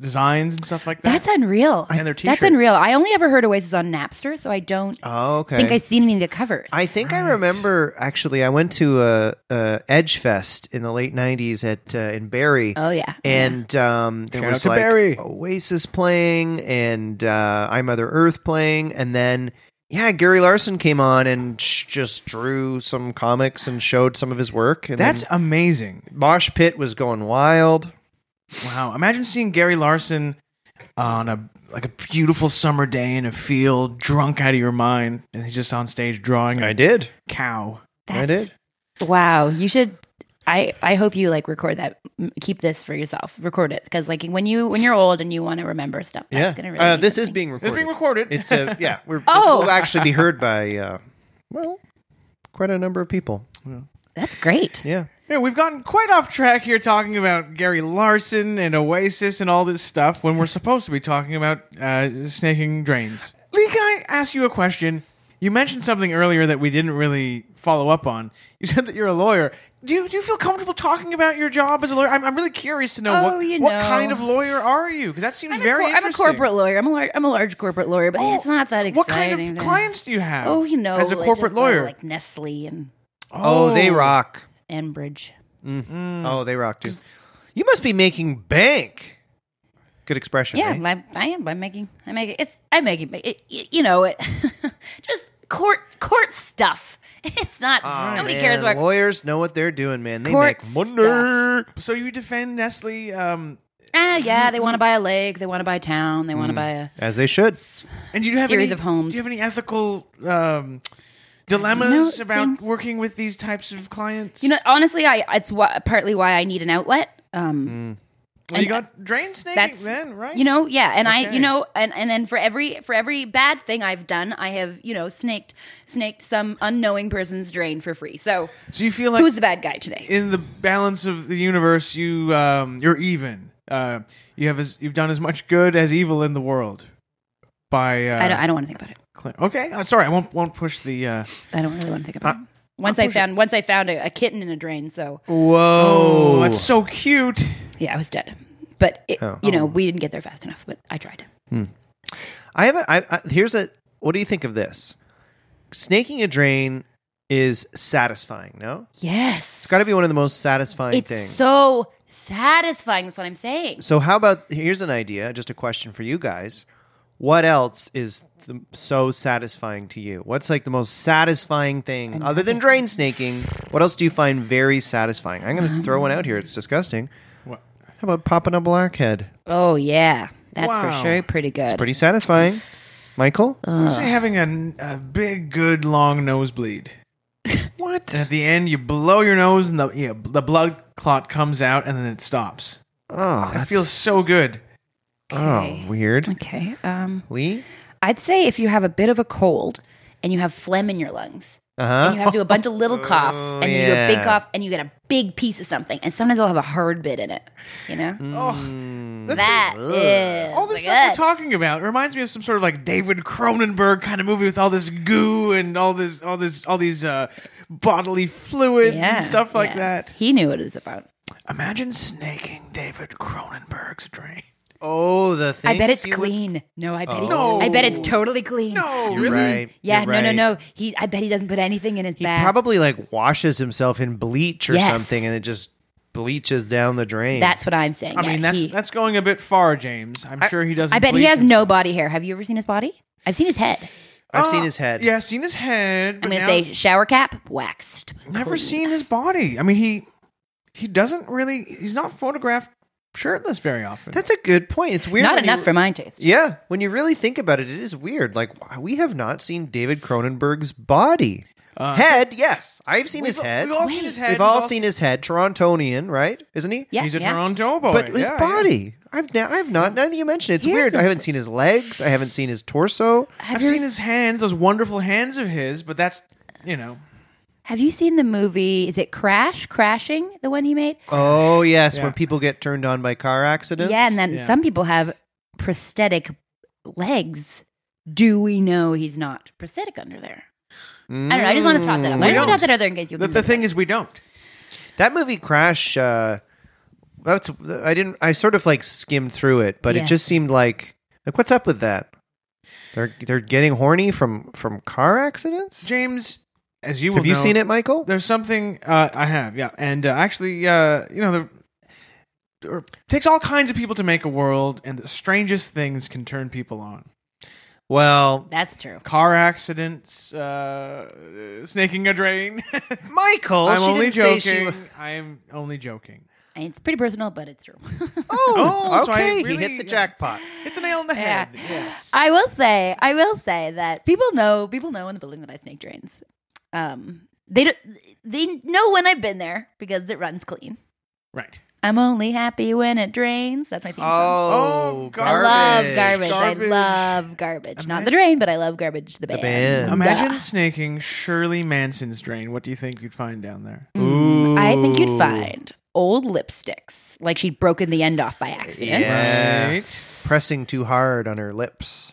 Speaker 3: designs and stuff like that.
Speaker 4: That's unreal.
Speaker 3: And their
Speaker 4: That's
Speaker 3: t-shirts.
Speaker 4: unreal. I only ever heard Oasis on Napster, so I don't
Speaker 2: Oh, okay.
Speaker 4: think I've seen any of the covers.
Speaker 2: I think
Speaker 3: Right.
Speaker 2: I remember actually. I went to a, a Edge Fest in the late '90s at uh, in Barrie,
Speaker 4: oh yeah.
Speaker 2: and um, there
Speaker 3: Shout out
Speaker 2: was
Speaker 3: to
Speaker 2: like
Speaker 3: Barry.
Speaker 2: Oasis playing and uh, I Mother Earth playing, and then yeah, Gary Larson came on and sh- just drew some comics and showed some of his work. And
Speaker 3: That's
Speaker 2: then
Speaker 3: amazing.
Speaker 2: Mosh Pit was going wild.
Speaker 3: Wow! Imagine seeing Gary Larson on a like a beautiful summer day in a field, drunk out of your mind, and he's just on stage drawing a
Speaker 2: I did,
Speaker 3: cow.
Speaker 2: I
Speaker 4: That's-
Speaker 2: did.
Speaker 4: Wow, you should. I I hope you like record that. M- Keep this for yourself. Record it because like when you when you're old and you want to remember stuff. That's
Speaker 2: yeah,
Speaker 4: gonna really
Speaker 2: uh,
Speaker 4: mean
Speaker 2: this is
Speaker 4: something.
Speaker 2: being
Speaker 3: It's
Speaker 2: recorded.
Speaker 3: being recorded.
Speaker 2: It's a yeah. We're
Speaker 4: Oh.
Speaker 2: this will actually be heard by uh, well, quite a number of people.
Speaker 4: that's great.
Speaker 2: Yeah.
Speaker 3: yeah, we've gotten quite off track here talking about Gary Larson and Oasis and all this stuff when we're supposed to be talking about uh, snaking drains. Lee, can I ask you a question? You mentioned something earlier that we didn't really follow up on. You said that you're a lawyer. Do you, do you feel comfortable talking about your job as a lawyer? I'm, I'm really curious to know
Speaker 4: Oh,
Speaker 3: what,
Speaker 4: you
Speaker 3: what
Speaker 4: know.
Speaker 3: kind of lawyer are you? Because that seems
Speaker 4: I'm,
Speaker 3: very
Speaker 4: a cor- I'm a
Speaker 3: interesting.
Speaker 4: corporate lawyer. I'm a large I'm a large corporate lawyer, but
Speaker 3: Oh,
Speaker 4: it's not that exciting.
Speaker 3: What kind of
Speaker 4: to-
Speaker 3: clients do you have?
Speaker 4: Oh, you know,
Speaker 3: as a
Speaker 4: like,
Speaker 3: corporate
Speaker 4: just kinda
Speaker 3: lawyer.
Speaker 4: like Nestle and
Speaker 2: Oh, they rock.
Speaker 4: Enbridge. Hmm.
Speaker 2: Oh, they rock too. You must be making bank. Good expression. eh?
Speaker 4: Yeah,
Speaker 2: right?
Speaker 4: I, I am. I'm making. I make it. It's. I make it. it it- you know it. just court court stuff. It's not.
Speaker 2: Ah,
Speaker 4: nobody
Speaker 2: man,
Speaker 4: cares what
Speaker 2: lawyers know what they're doing, man. They
Speaker 4: Court
Speaker 2: make money.
Speaker 4: stuff.
Speaker 3: So you defend Nestle, um,
Speaker 4: Ah, yeah, they want to buy a lake. They want to buy a town. They want to buy a.
Speaker 2: as they should.
Speaker 3: and do you have
Speaker 4: Series
Speaker 3: any,
Speaker 4: of homes.
Speaker 3: Do you have any ethical um, dilemmas
Speaker 4: it
Speaker 3: about
Speaker 4: seems-
Speaker 3: working with these types of clients?
Speaker 4: You know, honestly, I it's wha- partly why I need an outlet. Um,
Speaker 3: well, you got drain snake
Speaker 4: that's-
Speaker 3: then, right?
Speaker 4: You know, yeah, and I,
Speaker 3: Okay.
Speaker 4: you know, and and then for every for every bad thing I've done, I have you know snaked snaked some unknowing person's drain for free. So
Speaker 3: so you feel like
Speaker 4: who's the bad guy today?
Speaker 3: in the balance of the universe, you um, you're even. Uh, you have as, you've done as much good as evil in the world. By uh,
Speaker 4: I don't. I don't want to think about it.
Speaker 3: Claire. okay, I'm sorry, I won't won't push the. Uh,
Speaker 4: I don't really want to think
Speaker 2: Uh,
Speaker 4: about it. Once I found once I found a, a kitten in a drain, so
Speaker 2: Whoa.
Speaker 3: oh, that's so cute.
Speaker 4: yeah, I was dead. But it,
Speaker 2: Oh.
Speaker 4: you know, we didn't get there fast enough. But I tried.
Speaker 2: I have a, I, I, here's a what do you think of this? Snaking a drain is satisfying, no?
Speaker 4: Yes,
Speaker 2: It's gotta be one of the most satisfying
Speaker 4: it's
Speaker 2: things.
Speaker 4: so satisfying. That's what I'm saying.
Speaker 2: So how about here's an idea, just a question for you guys. What else is the, so satisfying to you? What's like the most satisfying thing other than drain snaking? What else do you find very satisfying? I'm
Speaker 4: Uh-huh.
Speaker 2: going to throw one out here. It's disgusting.
Speaker 3: What?
Speaker 2: How about popping a blackhead?
Speaker 4: Oh yeah, that's for
Speaker 3: Wow.
Speaker 4: sure. Pretty good.
Speaker 2: It's pretty satisfying. Michael?
Speaker 4: Uh,
Speaker 3: You say having a, a big, good, long nosebleed.
Speaker 2: what?
Speaker 3: And at the end, you blow your nose, and the you know, the blood clot comes out, and then it stops.
Speaker 2: Oh,
Speaker 3: That feels so good.
Speaker 2: oh, weird.
Speaker 4: okay. Um,
Speaker 2: Lee?
Speaker 4: I'd say if you have a bit of a cold and you have phlegm in your lungs, and
Speaker 2: Uh-huh.
Speaker 4: you have to do a bunch of little coughs,
Speaker 2: Oh,
Speaker 4: and you do a big
Speaker 2: yeah.
Speaker 4: cough, and you get a big piece of something, and sometimes it'll have a hard bit in it. You know
Speaker 2: Mm.
Speaker 4: that
Speaker 2: Ugh.
Speaker 4: is
Speaker 3: Oh, All this
Speaker 4: like,
Speaker 3: stuff
Speaker 4: ugh.
Speaker 3: we're talking about reminds me of some sort of like David Cronenberg kind of movie with all this goo and all this, all this, all these uh, bodily fluids
Speaker 4: Yeah,
Speaker 3: and stuff like
Speaker 4: yeah.
Speaker 3: that.
Speaker 4: He knew what it was about.
Speaker 3: Imagine snaking David Cronenberg's drain.
Speaker 2: Oh, the thing.
Speaker 4: I bet it's clean. No, I bet he,
Speaker 2: Oh.
Speaker 4: I bet it's totally clean.
Speaker 3: No,
Speaker 2: You're right.
Speaker 4: Yeah,
Speaker 2: You're
Speaker 4: no,
Speaker 2: right.
Speaker 4: no, no. He, I bet he doesn't put anything in his
Speaker 2: He
Speaker 4: bag.
Speaker 2: probably like washes himself in bleach or
Speaker 4: Yes.
Speaker 2: something and it just bleaches down the drain.
Speaker 4: That's what I'm saying.
Speaker 3: I
Speaker 4: yeah,
Speaker 3: mean that's
Speaker 4: he-
Speaker 3: that's going a bit far, James. I'm sure he doesn't.
Speaker 4: I bet he
Speaker 3: bleach
Speaker 4: has
Speaker 3: him.
Speaker 4: no body hair. Have you ever seen his body? I've seen his head.
Speaker 2: I've
Speaker 3: Ah,
Speaker 2: seen his head.
Speaker 3: Yeah, seen his head.
Speaker 4: I'm
Speaker 3: but
Speaker 4: gonna
Speaker 3: now-
Speaker 4: say shower cap waxed.
Speaker 3: never
Speaker 4: clean.
Speaker 3: seen his body. I mean, he he doesn't really. He's not photographed shirtless very often.
Speaker 2: That's a good point. It's weird.
Speaker 4: Not
Speaker 2: when you-
Speaker 4: enough for my taste.
Speaker 2: Yeah, when you really think about it, it is weird. Like w- we have not seen David Cronenberg's body.
Speaker 3: Uh,
Speaker 2: head, yes, I've seen
Speaker 3: We've-
Speaker 2: his head.
Speaker 3: We've all seen his head.
Speaker 2: We've all
Speaker 3: all
Speaker 2: seen his head. Torontonian, right? Isn't he?
Speaker 4: Yeah,
Speaker 3: He's a
Speaker 4: yeah.
Speaker 3: Toronto boy.
Speaker 2: But his
Speaker 3: Oh, yeah, yeah.
Speaker 2: body, I've now, I've not. Now that you mention it, it's
Speaker 4: Here's
Speaker 2: weird.
Speaker 4: the
Speaker 2: I haven't seen his legs. I haven't seen his torso.
Speaker 4: Have
Speaker 3: I've
Speaker 4: you
Speaker 3: seen his hands, those wonderful hands of his. But that's you know.
Speaker 4: Have you seen the movie? Is it Crash? Crashing, the one he made?
Speaker 2: Oh yes,
Speaker 3: Yeah.
Speaker 2: when people get turned on by car accidents.
Speaker 4: Yeah, and then
Speaker 3: Yeah.
Speaker 4: some people have prosthetic legs. Do we know he's not prosthetic under there? I don't know. I just want to toss that out. there.
Speaker 3: Mm, We
Speaker 4: I just want to
Speaker 3: don't.
Speaker 4: toss that out there in case you.
Speaker 3: The,
Speaker 4: can
Speaker 3: the
Speaker 4: look
Speaker 3: thing
Speaker 4: it
Speaker 3: is, we don't.
Speaker 2: That movie Crash. Uh, that's I didn't. I sort of like skimmed through it, but
Speaker 4: Yeah.
Speaker 2: it just seemed like like what's up with that? They're they're getting horny from from car accidents.
Speaker 3: James, as you will
Speaker 2: Have you
Speaker 3: know,
Speaker 2: seen it, Michael?
Speaker 3: There's something uh, I have, yeah, and uh, actually, uh, you know, the, or, takes all kinds of people to make a world, and the strangest things can turn people on.
Speaker 2: Well,
Speaker 4: up. That's true.
Speaker 3: car accidents, uh, snaking a drain.
Speaker 2: Michael,
Speaker 3: I'm
Speaker 2: she
Speaker 3: only
Speaker 2: didn't say
Speaker 3: joking.
Speaker 2: she wa-
Speaker 3: I'm only joking.
Speaker 4: And It's pretty personal, but it's true.
Speaker 2: Oh,
Speaker 3: Oh, so I
Speaker 2: okay.
Speaker 3: really-
Speaker 2: he hit the jackpot.
Speaker 3: Hit the nail on the
Speaker 4: Yeah.
Speaker 3: head. Yes.
Speaker 4: I will say, I will say that people know people know in the building that I snake drains. Um, they don't, they know when I've been there because it runs clean.
Speaker 3: right.
Speaker 4: I'm only happy when it drains. That's my theme song.
Speaker 3: Oh,
Speaker 4: I
Speaker 3: garbage.
Speaker 4: love garbage.
Speaker 3: Garbage.
Speaker 4: I love garbage. Not
Speaker 3: Imagine-
Speaker 4: the drain, but I love garbage. The band.
Speaker 2: band.
Speaker 3: Imagine
Speaker 4: Ugh.
Speaker 3: snaking Shirley Manson's drain. What do you think you'd find down there?
Speaker 4: Mm, I think
Speaker 2: Ooh.
Speaker 4: you'd find old lipsticks, like she'd broken the end off by accident.
Speaker 2: Yeah.
Speaker 4: Yeah.
Speaker 3: Right.
Speaker 2: Pressing too hard on her lips.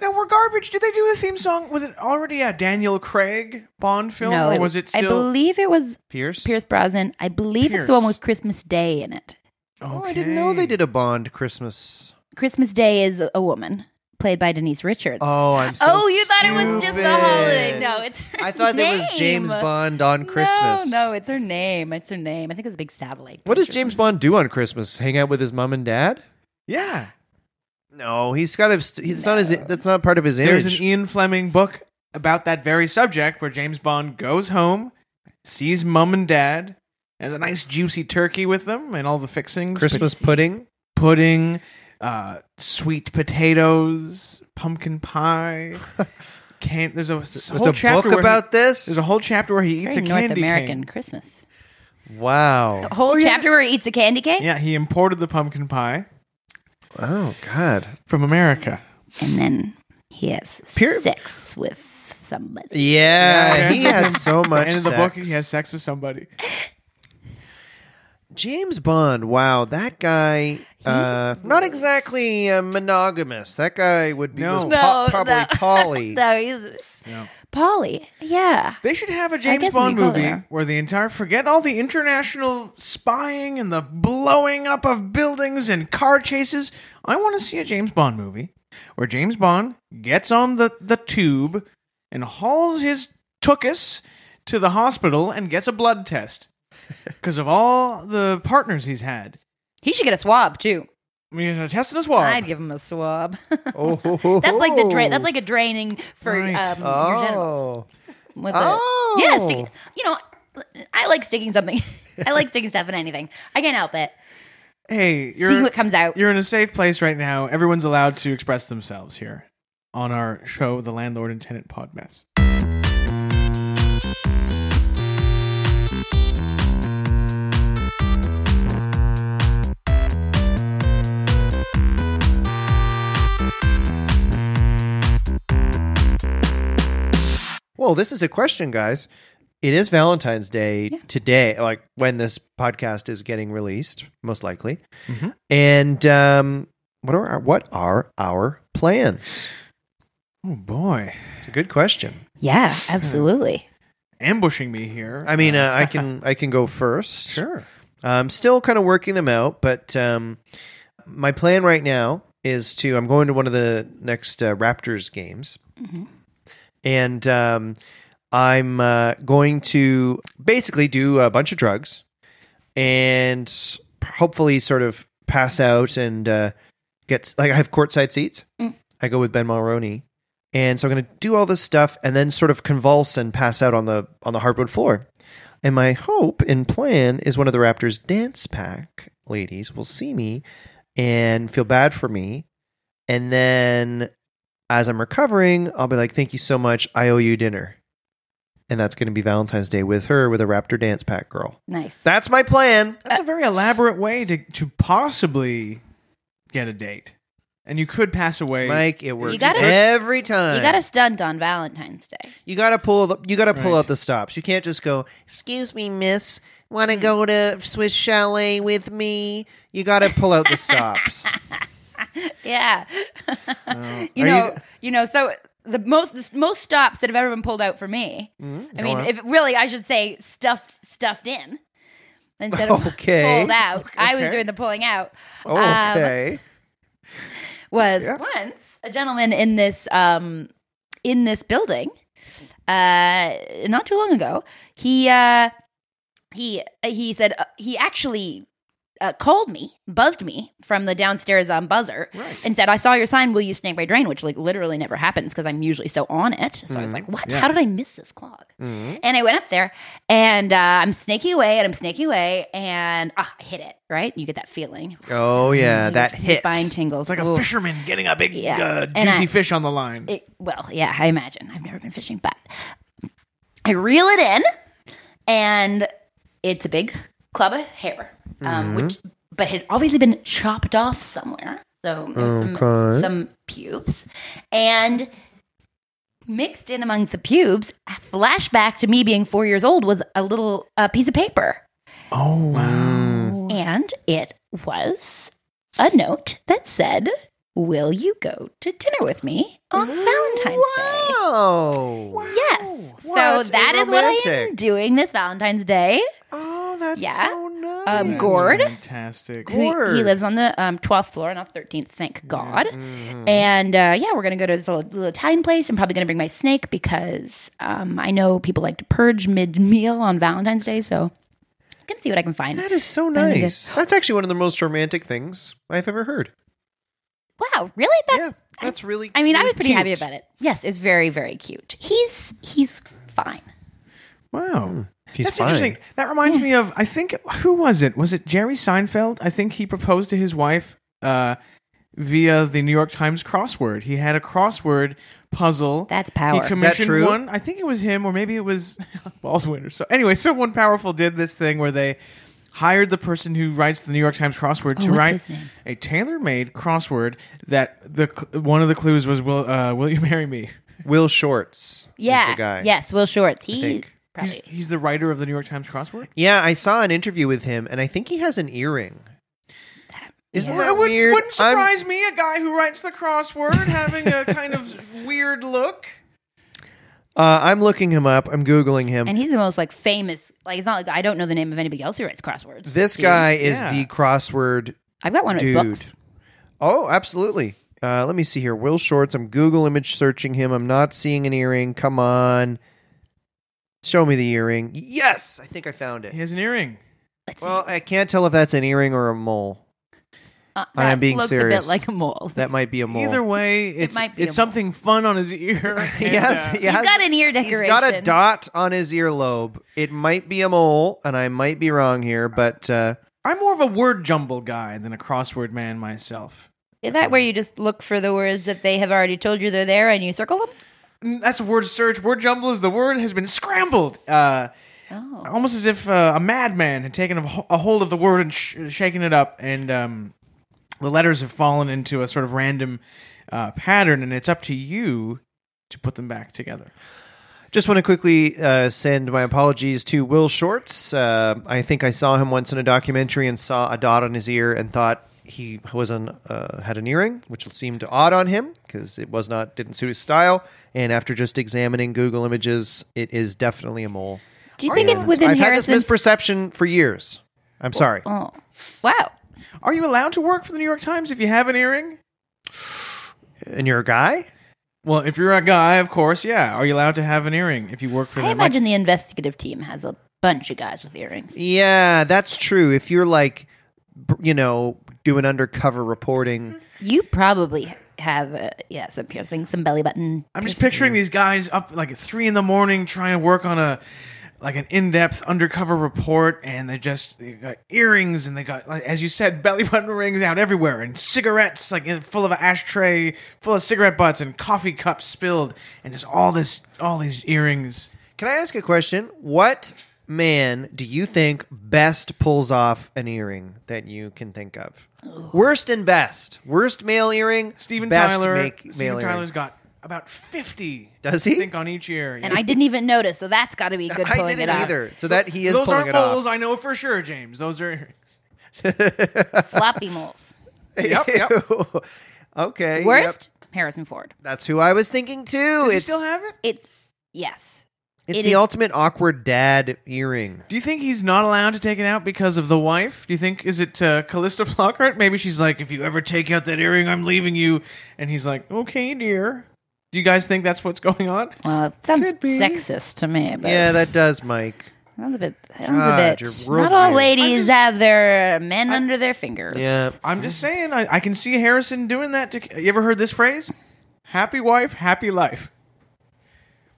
Speaker 3: Now we're garbage. Did they do the theme song? Was it already a Daniel Craig Bond film,
Speaker 4: no,
Speaker 3: or was it still?
Speaker 4: I believe it was
Speaker 2: Pierce?
Speaker 4: Pierce Brosnan. I believe it's the
Speaker 3: Pierce.
Speaker 4: one with Christmas Day in it.
Speaker 2: Oh, I didn't know they did a Bond Christmas.
Speaker 4: Christmas Day is a woman played by Denise Richards.
Speaker 2: Oh, I'm so
Speaker 4: Oh, you thought it was just
Speaker 2: stupid.
Speaker 4: the holiday? No, it's. Her
Speaker 2: I thought it was
Speaker 4: name.
Speaker 2: James Bond on Christmas.
Speaker 4: No, no, it's her name. It's her name. I think it was a big satellite.
Speaker 2: What does
Speaker 4: picture.
Speaker 2: James Bond do on Christmas? Hang out with his mom and dad?
Speaker 3: Yeah.
Speaker 2: No, he's got to. St- it's not his. That's not part of his image.
Speaker 3: There's an Ian Fleming book about that very subject where James Bond goes home, sees mum and dad, has a nice juicy turkey with them and all the fixings
Speaker 2: Christmas pudding.
Speaker 3: P- pudding, uh, sweet potatoes, pumpkin pie. Can- there's a
Speaker 2: There's
Speaker 3: s- whole
Speaker 2: a book
Speaker 3: chapter where he-
Speaker 2: about this.
Speaker 3: there's a whole chapter where he eats
Speaker 4: Very
Speaker 3: a
Speaker 4: North
Speaker 3: candy
Speaker 4: American
Speaker 3: cane. Oh,
Speaker 4: Christmas.
Speaker 2: wow.
Speaker 4: A whole chapter where he eats a candy cane,
Speaker 3: Yeah, he imported the pumpkin pie
Speaker 2: Oh God.
Speaker 3: from America.
Speaker 4: and then he has
Speaker 2: Pier-
Speaker 4: sex with somebody.
Speaker 2: Yeah,
Speaker 3: Yeah,
Speaker 2: he had so much.
Speaker 3: and in the book,
Speaker 2: sex.
Speaker 3: he has sex with somebody.
Speaker 2: James Bond. Wow, that guy. Uh, not exactly uh, monogamous. That guy would be
Speaker 3: No.
Speaker 2: was
Speaker 4: No,
Speaker 2: po- probably
Speaker 4: no.
Speaker 2: poly.
Speaker 4: No, he's Polly. Yeah,
Speaker 3: They should have a
Speaker 4: guess
Speaker 3: James
Speaker 4: it'd
Speaker 3: Bond
Speaker 4: be
Speaker 3: movie
Speaker 4: cooler.
Speaker 3: where the entire forget all the international spying and the blowing up of buildings and car chases. I want to see a James Bond movie where James Bond gets on the, the tube and hauls his tookus to the hospital and gets a blood test. because of all the partners he's had.
Speaker 4: He should get a swab too.
Speaker 3: I mean, a test and a swab.
Speaker 4: I'd give him a swab.
Speaker 2: Oh,
Speaker 4: that's like the dra- that's like a draining for
Speaker 3: Right.
Speaker 4: um, your genitals.
Speaker 2: oh.
Speaker 4: With
Speaker 2: Oh.
Speaker 4: a, yeah, sticking, you know, I like sticking something. I like sticking stuff in anything. I can't help it.
Speaker 3: hey, you're
Speaker 4: See what comes out.
Speaker 3: you're in a safe place right now. Everyone's allowed to express themselves here on our show, The Landlord and Tenant Pod Mess.
Speaker 2: Well, this is a question, guys. It is Valentine's Day today, like when this podcast is getting released, most likely.
Speaker 3: Mhm.
Speaker 2: And um, what are our, what are our plans?
Speaker 3: Oh boy,
Speaker 2: It's a good question.
Speaker 4: Yeah, absolutely.
Speaker 3: ambushing me here.
Speaker 2: I mean, uh, I can I can go first.
Speaker 3: sure.
Speaker 2: I'm Um, still kind of working them out, but um, my plan right now is to I'm going to one of the next uh, Raptors games, and um, I'm uh, going to basically do a bunch of drugs and hopefully sort of pass out and uh, get like I have courtside seats. I go with Ben Mulroney. And so I'm going to do all this stuff and then sort of convulse and pass out on the on the hardwood floor. And my hope and plan is one of the Raptors dance pack ladies will see me and feel bad for me. And then as I'm recovering, I'll be like, thank you so much. I owe you dinner. And that's going to be Valentine's Day with her, with a Raptor dance pack girl.
Speaker 4: Nice.
Speaker 2: That's my plan.
Speaker 3: That's a very elaborate way to to possibly get a date, and you could pass away.
Speaker 2: Mike, it works
Speaker 4: gotta-
Speaker 2: every time.
Speaker 4: You got to stunt on Valentine's Day.
Speaker 2: You gotta pull. The, you gotta pull
Speaker 3: Right.
Speaker 2: out the stops. You can't just go. Excuse me, miss. Want to go to Swiss Chalet with me? You gotta pull out the stops.
Speaker 4: Yeah.
Speaker 2: Are
Speaker 4: you
Speaker 2: you-
Speaker 4: know, you... know, so the most the most stops that have ever been pulled out for me. I mean,
Speaker 2: Mm-hmm. on.
Speaker 4: if really I should say stuffed stuffed in instead of
Speaker 2: Okay.
Speaker 4: pulled out. I was
Speaker 2: Okay.
Speaker 4: doing the pulling out. um,
Speaker 2: okay.
Speaker 4: was
Speaker 2: Yeah.
Speaker 4: once a gentleman in this um in this building uh not too long ago he uh he he said uh, he actually uh, called me buzzed me from the downstairs um buzzer and said i saw your sign will you snake my drain which like literally never happens because i'm usually so on it so i was like what
Speaker 3: Mm-hmm. Yeah.
Speaker 4: how did i miss this clog
Speaker 2: Mm-hmm.
Speaker 4: and I went up there and uh, I'm snaking away and I'm snaking away and ah, I hit it, right? You get that feeling.
Speaker 2: Oh yeah,
Speaker 4: Your-
Speaker 2: that
Speaker 4: your
Speaker 2: hit.
Speaker 4: Spine tingles.
Speaker 3: it's like a
Speaker 4: Ooh.
Speaker 3: fisherman getting a big
Speaker 4: Yeah.
Speaker 3: uh,
Speaker 4: And
Speaker 3: juicy
Speaker 4: I-
Speaker 3: fish on the line.
Speaker 4: It, well, yeah, I imagine. I've never been fishing, but I reel it in, and it's a big club of hair, um, which but had obviously been chopped off somewhere. So there's
Speaker 2: Okay.
Speaker 4: some, some pubes, and mixed in amongst the pubes, a flashback to me being four years old was a little uh, piece of paper,
Speaker 3: oh wow!
Speaker 4: and it was a note that said. Will you go to dinner with me on Valentine's Day?
Speaker 2: Oh.
Speaker 4: Yes.
Speaker 2: What
Speaker 4: so that
Speaker 2: a
Speaker 4: is what I am
Speaker 2: romantic.
Speaker 4: doing this Valentine's Day.
Speaker 2: Oh, that's
Speaker 4: Yeah.
Speaker 2: so nice.
Speaker 4: Um,
Speaker 3: That's
Speaker 4: Gord.
Speaker 3: fantastic.
Speaker 4: Who, he
Speaker 2: Lord.
Speaker 4: lives on the um, 12th floor, not 13th,
Speaker 2: Mm-hmm.
Speaker 4: thank God. And uh, yeah, we're going to go to this little, little Italian place. I'm probably going to bring my snake because um, I know people like to purge mid meal on Valentine's Day. So I'm going to see what I can find.
Speaker 2: That is so
Speaker 4: need to-
Speaker 2: nice. That's actually one of the most romantic things I've ever heard.
Speaker 4: Wow, really? That's,
Speaker 2: yeah, that's really.
Speaker 4: I mean, I
Speaker 2: really
Speaker 4: was pretty happy
Speaker 2: cute.
Speaker 4: about it. Yes, it's very, very cute. He's he's fine.
Speaker 3: Wow.
Speaker 2: He's
Speaker 3: That's
Speaker 2: fine.
Speaker 3: interesting. That reminds me of I think who was it? Was it Jerry Seinfeld? I think he proposed to his wife uh, via the New York Times crossword. He had a crossword puzzle.
Speaker 4: That's power.
Speaker 3: He
Speaker 4: Is
Speaker 2: that
Speaker 3: commissioned
Speaker 2: true?
Speaker 3: one. I think it was him, or maybe it was Baldwin or so. Anyway, someone powerful did this thing where they hired the person who writes the New York Times crossword to
Speaker 4: Oh, what's
Speaker 3: write
Speaker 4: his name?
Speaker 3: a tailor-made crossword that the cl- one of the clues was will uh, will you marry me?
Speaker 2: Will Shorts.
Speaker 4: Yeah.
Speaker 2: Is the guy.
Speaker 4: Yes, Will Shorts. He
Speaker 2: think.
Speaker 3: He's,
Speaker 4: probably.
Speaker 3: he's the writer of the New York Times crossword.
Speaker 2: Yeah, I saw an interview with him, and I think he has an earring. Isn't
Speaker 4: Yeah.
Speaker 2: that
Speaker 3: It would,
Speaker 2: weird?
Speaker 3: wouldn't
Speaker 2: I'm-
Speaker 3: surprise me, a guy who writes the crossword having a kind of weird look.
Speaker 2: Uh, I'm looking him up. I'm googling him.
Speaker 4: And he's the most like famous. Like it's not like I don't know the name of anybody else who writes crosswords.
Speaker 2: this
Speaker 4: Dude.
Speaker 2: guy is
Speaker 3: Yeah.
Speaker 2: the crossword
Speaker 4: I've got one of his
Speaker 2: dude.
Speaker 4: books.
Speaker 2: Oh, absolutely. Uh, let me see here. Will Shorts. I'm Google image searching him. I'm not seeing an earring. Come on. Show me the earring. Yes, I think I found
Speaker 3: He
Speaker 2: it.
Speaker 3: has an earring.
Speaker 4: Let's
Speaker 2: Well, I can't tell if that's an earing or a mole.
Speaker 4: Uh,
Speaker 2: I am
Speaker 4: that
Speaker 2: being
Speaker 4: looks a
Speaker 2: serious.
Speaker 4: bit like a mole.
Speaker 2: That might be a mole.
Speaker 3: E-, Either way, it's
Speaker 4: might be
Speaker 3: it's
Speaker 4: a mole.
Speaker 3: something fun on his ear. and,
Speaker 2: yes,
Speaker 3: uh,
Speaker 2: yes.
Speaker 4: He's got an ear
Speaker 2: He's
Speaker 4: decoration.
Speaker 2: got a dot on his earlobe. It might be a mole, and I might be wrong here, but uh,
Speaker 3: I'm more of a word jumble guy than a crossword man myself.
Speaker 4: Is that where you just look for the words that they have already told you they're there and you circle them?
Speaker 3: Mm, That's a word search. Word jumble is the word has been scrambled. Uh,
Speaker 4: Oh.
Speaker 3: almost as if uh, a madman had taken a, ho- a hold of the word and sh- shaken it up, and um, the letters have fallen into a sort of random uh, pattern, and it's up to you to put them back together.
Speaker 2: Just want to quickly uh, send my apologies to Will Shorts. Uh, I think I saw him once in a documentary and saw a dot on his ear and thought he was an, uh, had an earring, which seemed odd on him because it was not didn't suit his style. And after just examining Google images, it is definitely a mole.
Speaker 4: Do you think it's within
Speaker 2: Oh, I've had this
Speaker 4: Harrison's?
Speaker 2: misperception for years. I'm sorry.
Speaker 4: oh. Wow.
Speaker 3: Are you allowed to work for the New York Times if you have an earring?
Speaker 2: And you're a guy?
Speaker 3: Well, if you're a guy, of course, yeah. Are you allowed to have an earring if you work for
Speaker 4: I
Speaker 3: them? Like,
Speaker 4: imagine the investigative team has a bunch of guys with earrings.
Speaker 2: Yeah, that's true. If you're like, b- you know, doing undercover reporting.
Speaker 4: You probably have, uh, yeah, some piercing, some belly button.
Speaker 3: I'm just picturing these guys up like at three in the morning trying to work on a like an in-depth undercover report, and they just they got earrings and they got like, as you said belly button rings out everywhere, and cigarettes like in, full of ashtray, full of cigarette butts and coffee cups spilled, and just all this all these earrings.
Speaker 2: Can I ask a question? What man do you think best pulls off an earring that you can think of? Worst and best. Worst male earring.
Speaker 3: Steven
Speaker 2: best
Speaker 3: Tyler,
Speaker 2: make- male
Speaker 3: Steven Tyler's
Speaker 2: earring.
Speaker 3: got about fifty.
Speaker 2: Does he?
Speaker 3: I think on each ear.
Speaker 4: And I didn't even notice, so that's got to be good pulling
Speaker 2: I didn't
Speaker 4: it off.
Speaker 2: either. So that he is
Speaker 3: Those
Speaker 2: pulling
Speaker 3: aren't
Speaker 2: it
Speaker 3: moles,
Speaker 2: off.
Speaker 3: I know for sure, James. Those are earrings.
Speaker 4: Floppy moles.
Speaker 2: Yep. okay. yep.
Speaker 4: Worst? Harrison Ford.
Speaker 2: That's who I was thinking too.
Speaker 3: Does he
Speaker 2: Oh, it's
Speaker 3: still have it?
Speaker 4: It's, yes.
Speaker 2: it's
Speaker 4: It
Speaker 2: the
Speaker 4: is-
Speaker 2: ultimate awkward dad earring.
Speaker 3: Do you think he's not allowed to take it out because of the wife? Do you think is it uh, Callista Flockhart? Maybe she's like, if you ever take out that earring, I'm leaving you. And he's like, okay, dear. Do you guys think that's what's going on?
Speaker 4: Well, it sounds
Speaker 2: Could be.
Speaker 4: sexist to me, but
Speaker 2: Yeah, that does, Mike.
Speaker 4: sounds a bit. Sounds
Speaker 2: God,
Speaker 4: a
Speaker 2: your
Speaker 4: bit.
Speaker 2: world
Speaker 4: Not all
Speaker 2: view.
Speaker 4: ladies have their men under their fingers.
Speaker 2: Yeah.
Speaker 3: I'm just saying, I, I can see Harrison doing that. To, you ever heard this phrase? Happy wife, happy life.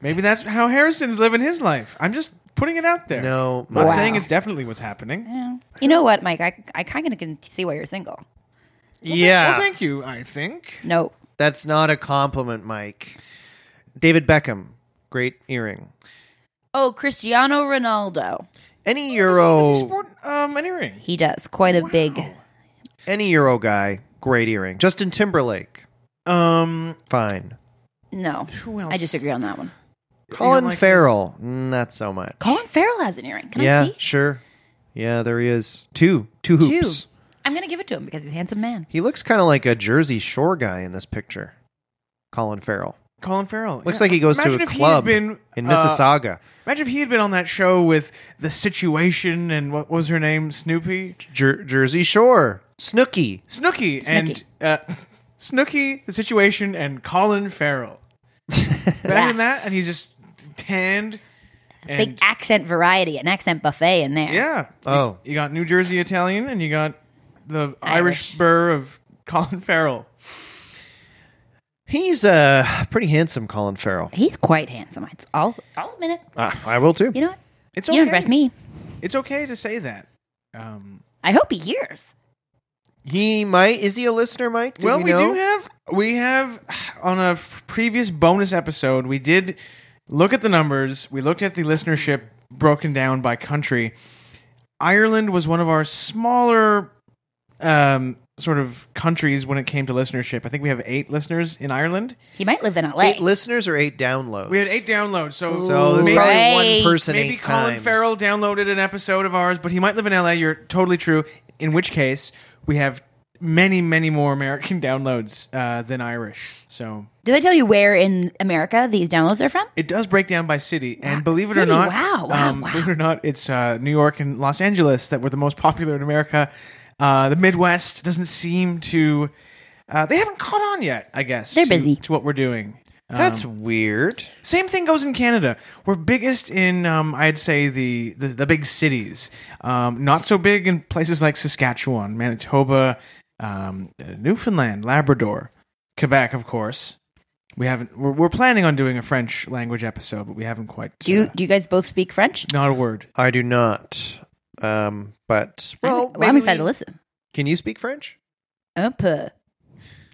Speaker 3: Maybe that's how Harrison's living his life. I'm just putting it out there.
Speaker 2: No,
Speaker 3: I'm not
Speaker 4: Wow.
Speaker 3: saying it's definitely what's happening.
Speaker 4: Yeah. You know what, Mike? I, I kind of can see why you're single.
Speaker 2: Yeah.
Speaker 3: Well, thank you. I think
Speaker 4: No.
Speaker 2: That's not a compliment, Mike. David Beckham, great earring.
Speaker 4: Oh, Cristiano Ronaldo.
Speaker 2: Any
Speaker 3: Does he
Speaker 2: euro,
Speaker 3: sport um, an earring?
Speaker 4: He does quite a big.
Speaker 2: any euro guy, great earring. Justin Timberlake,
Speaker 3: Um,
Speaker 2: fine.
Speaker 4: No,
Speaker 3: Who else?
Speaker 4: I disagree on that one.
Speaker 2: Colin
Speaker 3: like
Speaker 2: Farrell, not so much.
Speaker 4: Colin Farrell has an earring. Can
Speaker 2: yeah,
Speaker 4: I see?
Speaker 2: sure. Yeah, there he is. Two, two hoops.
Speaker 4: Two. I'm gonna give it to him because he's a handsome man.
Speaker 2: He looks kind of like a Jersey Shore guy in this picture. Colin Farrell
Speaker 3: Colin Farrell
Speaker 2: looks
Speaker 3: Yeah.
Speaker 2: like he goes
Speaker 3: Imagine
Speaker 2: to a
Speaker 3: if he had
Speaker 2: club
Speaker 3: been,
Speaker 2: in
Speaker 3: uh,
Speaker 2: Mississauga.
Speaker 3: Imagine if he had been on that show with The Situation and what was her name? Snoopy?
Speaker 2: Jer- Jersey Shore, Snooky.
Speaker 3: Snooky and uh, Snooky, The Situation, and Colin Farrell. Imagine that, and he's just tanned.
Speaker 4: Big
Speaker 3: And
Speaker 4: accent variety, an accent buffet in there.
Speaker 3: yeah.
Speaker 2: Oh.
Speaker 3: You got New Jersey Italian, and you got the Irish,
Speaker 4: Irish.
Speaker 3: burr of Colin Farrell.
Speaker 2: He's a uh, pretty handsome, Colin Farrell.
Speaker 4: He's quite handsome. It's- I'll I'll admit it.
Speaker 2: Ah, I will too.
Speaker 4: You know what?
Speaker 3: It's
Speaker 4: You
Speaker 3: okay.
Speaker 4: don't impress me.
Speaker 3: It's okay to say that. Um,
Speaker 4: I hope he hears.
Speaker 2: He might. Is he a listener, Mike?
Speaker 3: well, we,
Speaker 2: know?
Speaker 3: do have we have on a previous bonus episode we did look at the numbers. We looked at the listenership broken down by country. Ireland was one of our smaller um, sort of countries when it came to listenership. I think we have eight listeners in Ireland.
Speaker 4: He might live in LA.
Speaker 2: eight listeners or eight downloads.
Speaker 3: We had eight downloads, so
Speaker 2: So there's
Speaker 4: Ooh.
Speaker 2: probably
Speaker 4: Right.
Speaker 2: one person.
Speaker 3: maybe
Speaker 2: eight
Speaker 3: Colin
Speaker 2: times.
Speaker 3: Farrell downloaded an episode of ours, but he might live in LA. You're totally true. In which case, we have many, many more American downloads uh, than Irish. So
Speaker 4: Did I tell you where in America these downloads are from?
Speaker 3: It does break down by city, and believe it or
Speaker 4: City,
Speaker 3: not, um,
Speaker 4: wow, wow, wow.
Speaker 3: believe it or not, it's uh, New York and Los Angeles that were the most popular in America. Uh, the Midwest doesn't seem to. Uh, they haven't caught on yet, I guess.
Speaker 4: They're
Speaker 3: to-
Speaker 4: busy.
Speaker 3: to what we're doing.
Speaker 2: Um, That's weird.
Speaker 3: Same thing goes in Canada. We're biggest in, um, I'd say, the, the, the big cities. Um, not so big in places like Saskatchewan, Manitoba, um, Newfoundland, Labrador, Quebec, of course. We haven't. We're, we're planning on doing a French language episode, but we haven't quite.
Speaker 4: Do you
Speaker 3: uh,
Speaker 4: do you guys both speak French?
Speaker 3: not a word.
Speaker 2: I do not. Um, but
Speaker 4: I'm-
Speaker 2: well,
Speaker 4: I'm
Speaker 2: maybe
Speaker 4: excited to
Speaker 2: we-
Speaker 4: listen.
Speaker 2: Can you speak French?
Speaker 4: Un peu.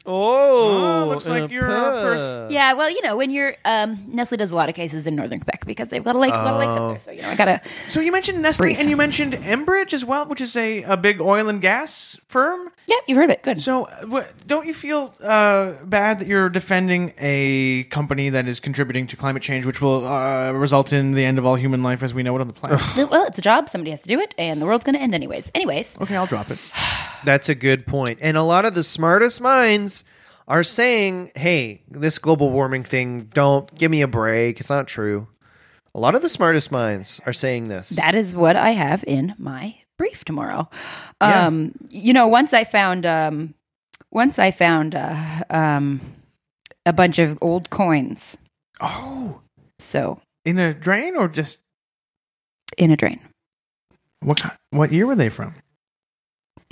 Speaker 2: Oh,
Speaker 3: Oh, looks like
Speaker 2: uh,
Speaker 3: you're our
Speaker 2: puh.
Speaker 3: first-
Speaker 4: Yeah, well, you know, when you're um, Nestle does a lot of cases in northern Quebec because they've got a lake, a lot of lakes
Speaker 2: Oh.
Speaker 4: up there. So you know, I gotta.
Speaker 3: So you mentioned Nestle
Speaker 4: Brief.
Speaker 3: and you mentioned Enbridge as well, which is a, a big oil and gas firm.
Speaker 4: Yeah, you've heard of it. Good.
Speaker 3: So uh, what, don't you feel uh, bad that you're defending a company that is contributing to climate change, which will uh, result in the end of all human life as we know it on the planet?
Speaker 4: well, it's a job. Somebody has to do it, and the world's gonna end anyways. Anyways,
Speaker 3: okay, I'll drop it.
Speaker 2: That's a good point. And a lot of the smartest minds are saying, "Hey, this global warming thing, don't give me a break. It's not true." A lot of the smartest minds are saying this.
Speaker 4: That is what I have in my brief tomorrow. Um, you know, once I found, um, once I found uh, um, a bunch of old coins.
Speaker 3: Oh,
Speaker 4: So
Speaker 3: in a drain or just
Speaker 4: in a drain,
Speaker 3: what? Kind, what year were they from?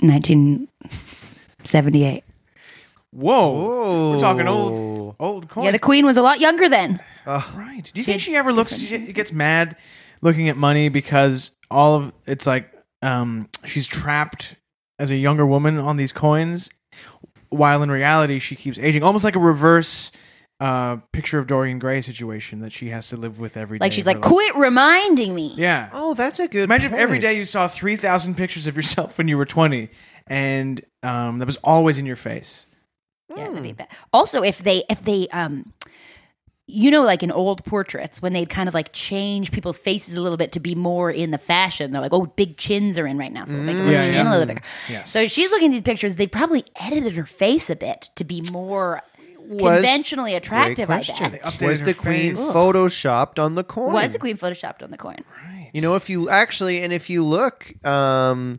Speaker 4: nineteen seventy-eight.
Speaker 3: Whoa,
Speaker 2: Whoa,
Speaker 3: we're talking old old coins.
Speaker 4: Yeah, the queen was a lot younger then.
Speaker 2: Ugh.
Speaker 3: Right. Do you think she ever looks she gets mad looking at money because all of it's like um she's trapped as a younger woman on these coins while in reality she keeps aging almost like a reverse uh picture of Dorian Gray situation that she has to live with every day.
Speaker 4: Like she's
Speaker 3: of her
Speaker 4: like,
Speaker 3: life.
Speaker 4: quit reminding me.
Speaker 3: Yeah.
Speaker 2: Oh, that's a good.
Speaker 3: Imagine if
Speaker 2: point.
Speaker 3: every day you saw 3000 pictures of yourself when you were 20 and um that was always in your face.
Speaker 4: Yeah, that'd be bad. Also, if they if they um you know like in old portraits when they'd kind of like change people's faces a little bit to be more in the fashion. They're like, "Oh, big chins are in right now." So we'll make her
Speaker 3: Mm, Yeah,
Speaker 4: chin
Speaker 3: yeah.
Speaker 4: a little bigger.
Speaker 3: Yes.
Speaker 4: So she's looking at these pictures, they probably edited her face a bit to be more
Speaker 2: Was-
Speaker 4: conventionally attractive, I
Speaker 2: question.
Speaker 4: bet.
Speaker 3: updated
Speaker 2: Was
Speaker 3: her
Speaker 2: the queen
Speaker 3: face.
Speaker 2: photoshopped on the coin?
Speaker 4: Was the queen photoshopped on the coin?
Speaker 3: Right.
Speaker 2: You know, if you actually, and if you look um,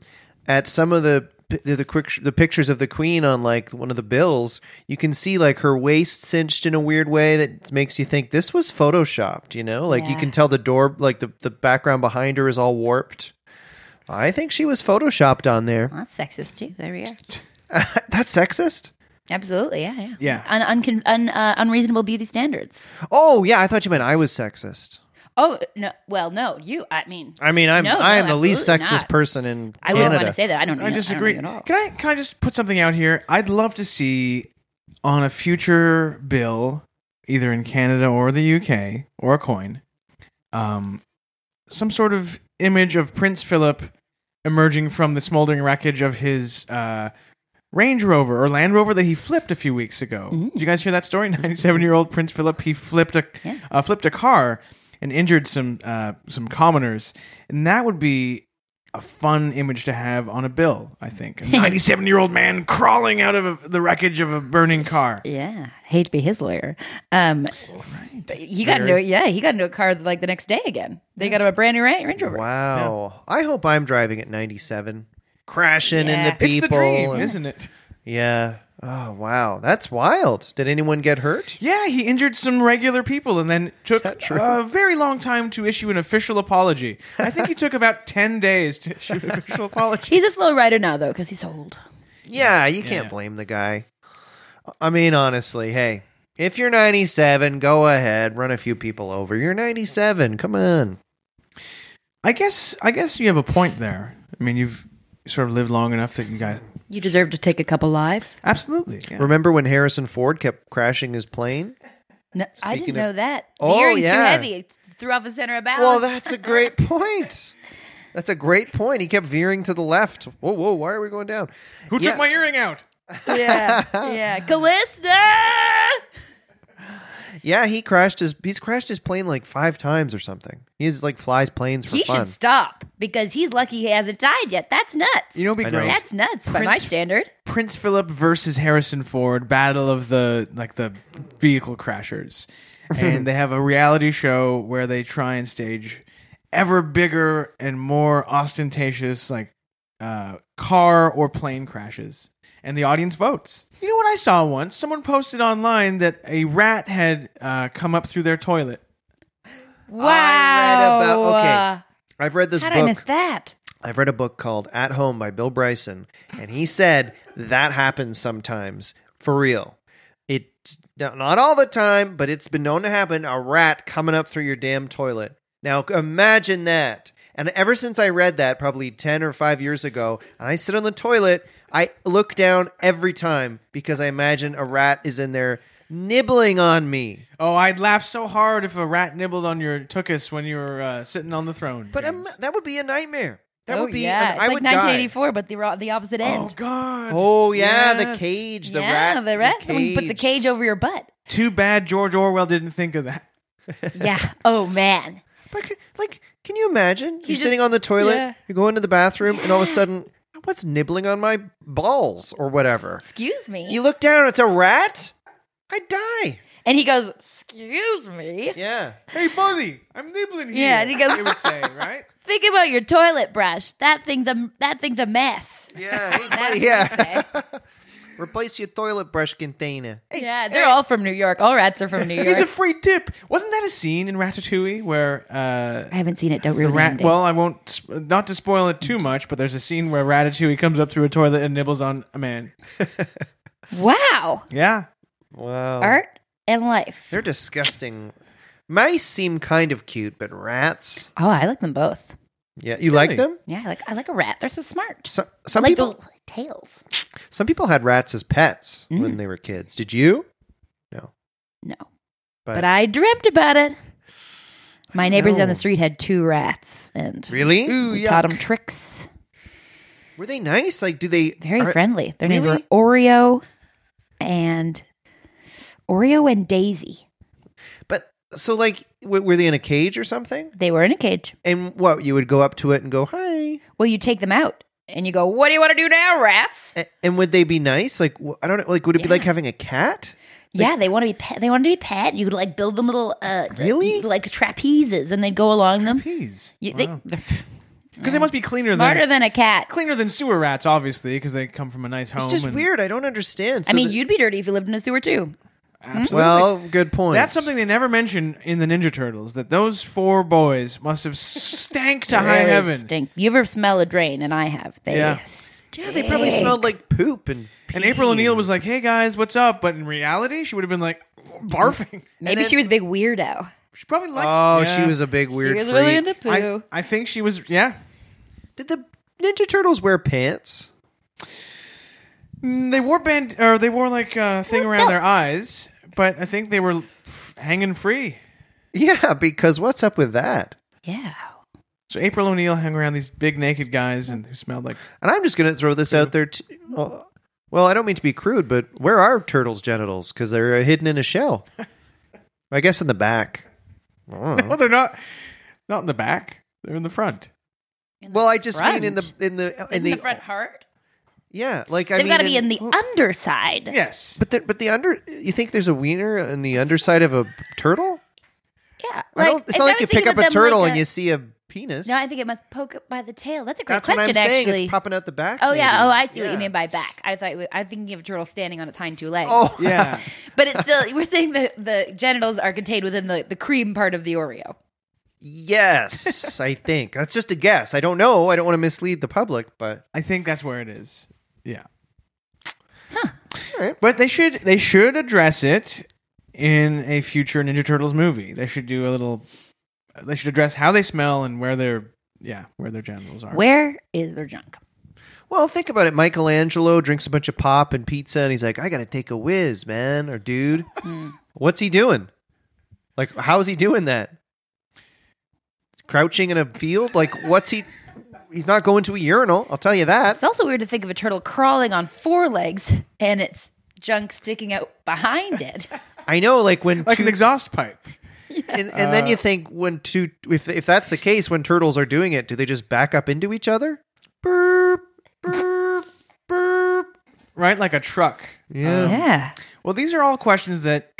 Speaker 2: at some of the the, the quick the pictures of the queen on like one of the bills, you can see like her waist cinched in a weird way that makes you think this was photoshopped. You know, like you
Speaker 4: Yeah.
Speaker 2: can tell the door, like the the background behind her is all warped. I think she was photoshopped on there.
Speaker 4: Well, that's sexist too. There we are.
Speaker 2: That's sexist.
Speaker 4: Absolutely, yeah, yeah.
Speaker 3: Yeah.
Speaker 4: Un, uncon un, uh, unreasonable beauty standards.
Speaker 2: Oh yeah, I thought you meant I was sexist.
Speaker 4: Oh no! Well, no, you. I mean,
Speaker 2: I mean, I'm
Speaker 4: No, no,
Speaker 2: I am the least sexist
Speaker 4: absolutely not.
Speaker 2: person in
Speaker 4: I
Speaker 2: Canada.
Speaker 4: wouldn't want to say that. I don't.
Speaker 3: I
Speaker 4: know-
Speaker 3: disagree.
Speaker 4: I don't know at all.
Speaker 3: Can I can I just put something out here? I'd love to see on a future bill, either in Canada or the UK, or a coin, um, some sort of image of Prince Philip emerging from the smoldering wreckage of his uh, Range Rover or Land Rover that he flipped a few weeks ago.
Speaker 4: Mm-hmm.
Speaker 3: Did you guys hear that story? Ninety-seven-year-old Prince Philip he flipped a
Speaker 4: Yeah.
Speaker 3: uh, flipped a car and injured some uh, some commoners, and that would be a fun image to have on a bill. I think a ninety-seven-year-old man crawling out of a, the wreckage of a burning car.
Speaker 4: Yeah, hate to be his lawyer. Um, but he got into
Speaker 2: Very.
Speaker 4: it. Yeah, he got into a car like the next day again. They got him a brand new Ra- Range Rover.
Speaker 2: Wow. I hope I'm driving at 97, crashing
Speaker 4: Yeah.
Speaker 2: into
Speaker 4: It's the
Speaker 2: people.
Speaker 3: It's the dream,
Speaker 2: and-
Speaker 3: isn't it?
Speaker 2: Yeah. Oh, wow. That's wild. Did anyone get hurt?
Speaker 3: Yeah, he injured some regular people and then took
Speaker 2: that true?
Speaker 3: a very long time to issue an official apology. I think he took about 10 days to issue an official apology.
Speaker 4: He's a slow rider now though because he's old.
Speaker 2: Yeah, you can't
Speaker 3: yeah.
Speaker 2: blame the guy. I mean, honestly, hey, if you're 97, go ahead, run a few people over. You're 97. Come on.
Speaker 3: I guess I guess you have a point there. I mean, you've sort of lived long enough that you guys
Speaker 4: You deserve to take a couple lives.
Speaker 3: Absolutely. yeah.
Speaker 2: Remember when Harrison Ford kept crashing his plane?
Speaker 4: No, I didn't
Speaker 2: Speaking
Speaker 4: know
Speaker 2: of-
Speaker 4: that. The
Speaker 2: Oh,
Speaker 4: earring's too
Speaker 2: yeah.
Speaker 4: heavy. It threw off the center of balance.
Speaker 2: Well, that's a great point. That's a great point. He kept veering to the left. Whoa, whoa, why are we going down?
Speaker 3: Who
Speaker 2: Yeah.
Speaker 3: took my earring out?
Speaker 4: yeah, yeah. Callista.
Speaker 2: Yeah, he crashed his he's crashed his plane like five times or something. He's like flies planes for
Speaker 4: He
Speaker 2: fun.
Speaker 4: should stop because he's lucky he hasn't died yet. That's nuts.
Speaker 3: You know, it'd be
Speaker 2: I know.
Speaker 3: great.
Speaker 4: that's nuts by my
Speaker 3: Prince-
Speaker 4: standard.
Speaker 3: Prince Philip versus Harrison Ford, battle of the like the vehicle crashers. and they have a reality show where they try and stage ever bigger and more ostentatious like uh, car or plane crashes, and the audience votes. You know what I saw once? Someone posted online that a rat had uh, come up through their toilet.
Speaker 4: Wow.
Speaker 2: about- okay. I've read this
Speaker 4: How did I
Speaker 2: book.
Speaker 4: miss that?
Speaker 2: I've read a book called At Home by Bill Bryson, and he said that happens sometimes for real. It not all the time, but it's been known to happen. A rat coming up through your damn toilet. Now imagine that. And ever since I read that, probably ten or five years ago, and I sit on the toilet, I look down every time because I imagine a rat is in there nibbling on me.
Speaker 3: Oh, I'd laugh so hard if a rat nibbled on your tuchus when you were uh, sitting on the throne.
Speaker 2: But
Speaker 3: James.
Speaker 2: um, that would be a nightmare. That
Speaker 4: oh,
Speaker 2: would be.
Speaker 4: yeah.
Speaker 2: an-
Speaker 4: it's
Speaker 2: I
Speaker 4: like
Speaker 2: would die.
Speaker 4: 1984, but the ro- the opposite
Speaker 3: oh
Speaker 4: end.
Speaker 3: God!
Speaker 2: Oh yeah, the
Speaker 3: Yes.
Speaker 2: cage, the
Speaker 4: yeah,
Speaker 2: rat,
Speaker 4: the
Speaker 2: is
Speaker 4: rat. Someone puts a
Speaker 2: caged.
Speaker 4: cage over your butt.
Speaker 3: Too bad George Orwell didn't think of that.
Speaker 4: Yeah. Oh man.
Speaker 2: But c- like, can you imagine? You're
Speaker 4: just-
Speaker 2: sitting on the toilet,
Speaker 4: yeah.
Speaker 2: you go into the bathroom, and all of a sudden, what's nibbling on my balls or whatever?
Speaker 4: Excuse me.
Speaker 2: You look down, it's a rat. I'd die.
Speaker 4: and he goes, "Excuse me.
Speaker 2: Yeah.
Speaker 3: Hey, buddy, I'm nibbling here.
Speaker 4: Yeah, he goes-
Speaker 3: they would say, right?
Speaker 4: Think about your toilet brush. That thing's a that thing's a mess."
Speaker 2: Yeah. Hey,
Speaker 4: That's
Speaker 2: buddy, yeah. Replace your toilet brush container.
Speaker 4: yeah, they're all from New York. All rats are from New York.
Speaker 3: Here's a
Speaker 4: I
Speaker 3: free tip. Wasn't that a scene in Ratatouille where uh,
Speaker 4: I haven't seen it. Don't
Speaker 3: the
Speaker 4: ruin
Speaker 3: rat?
Speaker 4: it.
Speaker 3: Well, I won't, sp- not to spoil it too much, but there's a scene where Ratatouille comes up through a toilet and nibbles on a man.
Speaker 4: wow.
Speaker 3: Yeah,
Speaker 2: Wow.
Speaker 4: Art and life.
Speaker 2: Oh. They're disgusting. Mice seem kind of cute, but rats.
Speaker 4: Oh, I like them both.
Speaker 2: Yeah, you like
Speaker 3: Really?
Speaker 2: them?
Speaker 4: Yeah, I like I like a rat. They're so smart.
Speaker 2: So, some
Speaker 4: I like
Speaker 2: people,
Speaker 4: the tails.
Speaker 2: some people had rats as pets when they were kids. Did you?
Speaker 4: Mm. No.
Speaker 2: But-
Speaker 4: But, I dreamt about it. My neighbors down the street had two rats and
Speaker 2: Really?
Speaker 4: we taught them tricks.
Speaker 2: Were they nice? Like, do they?
Speaker 4: Very
Speaker 2: are-
Speaker 4: friendly. Their names
Speaker 2: really?
Speaker 4: were Oreo and Oreo and Daisy.
Speaker 2: But so, like, w- were they in a cage or something?
Speaker 4: They were in a cage.
Speaker 2: And what you would go up to it and go, "Hi,"
Speaker 4: Well, you take them out and you go, "What do you want to do now, rats?"
Speaker 2: A- and would they be nice? Like, wh- I don't know. Like, would it be
Speaker 4: Yeah.
Speaker 2: like having a cat?
Speaker 4: yeah, they want to be pet. They want to be pet. You could like build them little uh
Speaker 2: Really?
Speaker 4: like trapezes and they'd go along them.
Speaker 3: peas.
Speaker 4: You,
Speaker 3: Because
Speaker 4: they,
Speaker 3: they must be cleaner
Speaker 4: smarter
Speaker 3: than
Speaker 4: than a cat.
Speaker 3: cleaner than sewer rats, obviously, because they come from a nice home.
Speaker 2: It's just
Speaker 3: and-
Speaker 2: weird. I don't understand.
Speaker 4: I
Speaker 2: So
Speaker 4: mean,
Speaker 2: the-
Speaker 4: you'd be dirty if you lived in a sewer too.
Speaker 3: Absolutely.
Speaker 2: well, good point.
Speaker 3: That's something they never mention in the Ninja Turtles. That those four boys must have stank to high
Speaker 4: Really
Speaker 3: heaven.
Speaker 4: Stink. You ever smell a drain? And I have. They
Speaker 3: Yeah.
Speaker 2: Yeah, they probably
Speaker 4: stink.
Speaker 2: smelled like poop and.
Speaker 3: And April O'Neil was like, "Hey guys, what's up?" But in reality, she would have been like barfing.
Speaker 4: Maybe
Speaker 2: then-
Speaker 4: she was a big weirdo.
Speaker 3: She probably liked.
Speaker 2: Oh,
Speaker 3: Yeah.
Speaker 2: she was a big weird.
Speaker 4: she was
Speaker 2: freak.
Speaker 4: really into poo.
Speaker 3: I, I think she was. Yeah,
Speaker 2: Did the Ninja Turtles wear pants?
Speaker 3: Mm, they wore band or they wore like a thing
Speaker 4: Wore
Speaker 3: around their
Speaker 4: belts.
Speaker 3: eyes. But I think they were pff, hanging free.
Speaker 2: Yeah, because what's up with that?
Speaker 4: yeah.
Speaker 3: So April O'Neil hung around these big naked guys and who smelled like.
Speaker 2: And I'm just going to throw this out there. T- well, well, I don't mean to be crude, but where are turtles' genitals? Because they're uh, hidden in a shell. I guess in the back. I don't know.
Speaker 3: Well, they're not. Not in the back. They're in the front.
Speaker 2: Well, I just
Speaker 4: front.
Speaker 2: mean in the in the uh, in,
Speaker 4: in
Speaker 2: the,
Speaker 4: the front heart.
Speaker 2: yeah, like I
Speaker 4: They've
Speaker 2: mean, Oh.
Speaker 4: got to be in the underside.
Speaker 3: Yes.
Speaker 2: but the, but the under. You think there's a wiener in the underside of a turtle?
Speaker 4: Yeah,
Speaker 2: I don't. It's
Speaker 4: if
Speaker 2: not
Speaker 4: I
Speaker 2: like
Speaker 4: was
Speaker 2: you
Speaker 4: thinking
Speaker 2: pick up
Speaker 4: of
Speaker 2: a
Speaker 4: them
Speaker 2: turtle
Speaker 4: like
Speaker 2: and
Speaker 4: a-
Speaker 2: you see a penis.
Speaker 4: No, I think it must poke up by the tail. That's a great
Speaker 2: That's what
Speaker 4: question,
Speaker 2: I'm saying.
Speaker 4: actually.
Speaker 2: It's popping out the back.
Speaker 4: oh yeah.
Speaker 2: maybe.
Speaker 4: Oh, I see what
Speaker 2: Yeah.
Speaker 4: you mean by back. I thought we, I'm thinking of a turtle standing on its hind two legs.
Speaker 2: Oh
Speaker 3: Yeah.
Speaker 4: but it's still we're saying that the genitals are contained within the, the cream part of the Oreo.
Speaker 2: yes, I think that's just a guess. I don't know. I don't want to mislead the public, but
Speaker 3: I think that's where it is. Yeah.
Speaker 2: Alright.
Speaker 3: But they should they should address it in a future Ninja Turtles movie. They should do a little. They should address how they smell and where their yeah where their genitals are.
Speaker 4: Where is their junk?
Speaker 2: Well, think about it. Michelangelo drinks a bunch of pop and pizza, and he's like, "I gotta take a whiz, man," or "Dude, what's he doing? Like, how is he doing that? Crouching in a field? Like, what's he? He's not going to a urinal. I'll tell you that.
Speaker 4: It's also weird to think of a turtle crawling on four legs and its junk sticking out behind it.
Speaker 2: I know. Like when
Speaker 3: like
Speaker 2: two,
Speaker 3: an exhaust pipe.
Speaker 2: and, and then you think when two, if if that's the case, when turtles are doing it, do they just back up into each other?
Speaker 3: Burp burp burp. Right, like a truck.
Speaker 2: Yeah.
Speaker 4: yeah.
Speaker 3: Well, these are all questions that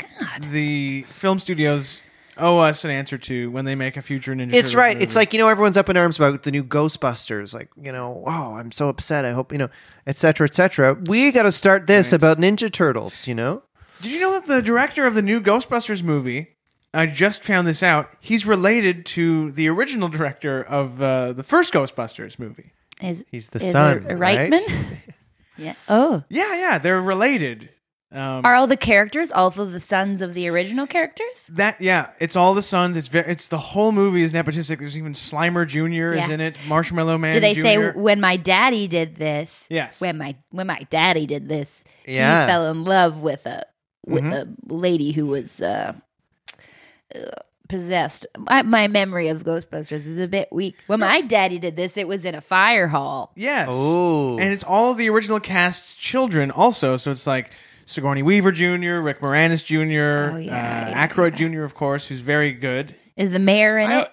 Speaker 3: the film studios owe us an answer to when they make a future Ninja
Speaker 2: It's
Speaker 3: Turtles
Speaker 2: right.
Speaker 3: movie.
Speaker 2: It's like you know everyone's up in arms about the new Ghostbusters. Like you know, oh, I'm so upset. I hope you know, etc. Cetera, etc. We got to start this about Ninja Turtles. You know,
Speaker 3: Did you know that the director of the new Ghostbusters movie? I just found this out. He's related to the original director of uh, the first Ghostbusters movie.
Speaker 4: Is,
Speaker 2: he's the
Speaker 4: is
Speaker 2: son,
Speaker 4: it
Speaker 2: right?
Speaker 4: Reitman? yeah. Oh.
Speaker 3: Yeah, yeah, they're related. Um,
Speaker 4: Are all the characters also the sons of the original characters?
Speaker 3: that yeah, it's all the sons. It's ve- it's the whole movie is nepotistic. There's even Slimer Jr. is
Speaker 4: Yeah.
Speaker 3: in it. Marshmallow Man.
Speaker 4: Do they say
Speaker 3: Jr..
Speaker 4: when my daddy did this?
Speaker 3: yes?
Speaker 4: When my when my daddy did this,
Speaker 2: Yeah.
Speaker 4: he fell in love with a with
Speaker 3: Mm-hmm.
Speaker 4: a lady who was uh, uh, possessed. My, my memory of Ghostbusters is a bit weak. When my daddy did this, it was in a fire hall.
Speaker 3: Yes.
Speaker 2: Oh.
Speaker 3: And it's all the original cast's children also. So it's like Sigourney Weaver Jr., Rick Moranis Jr.,
Speaker 4: Oh, yeah,
Speaker 3: uh,
Speaker 4: yeah,
Speaker 3: Aykroyd Jr., of course, who's very good.
Speaker 4: Is the mayor in
Speaker 2: I-
Speaker 4: it?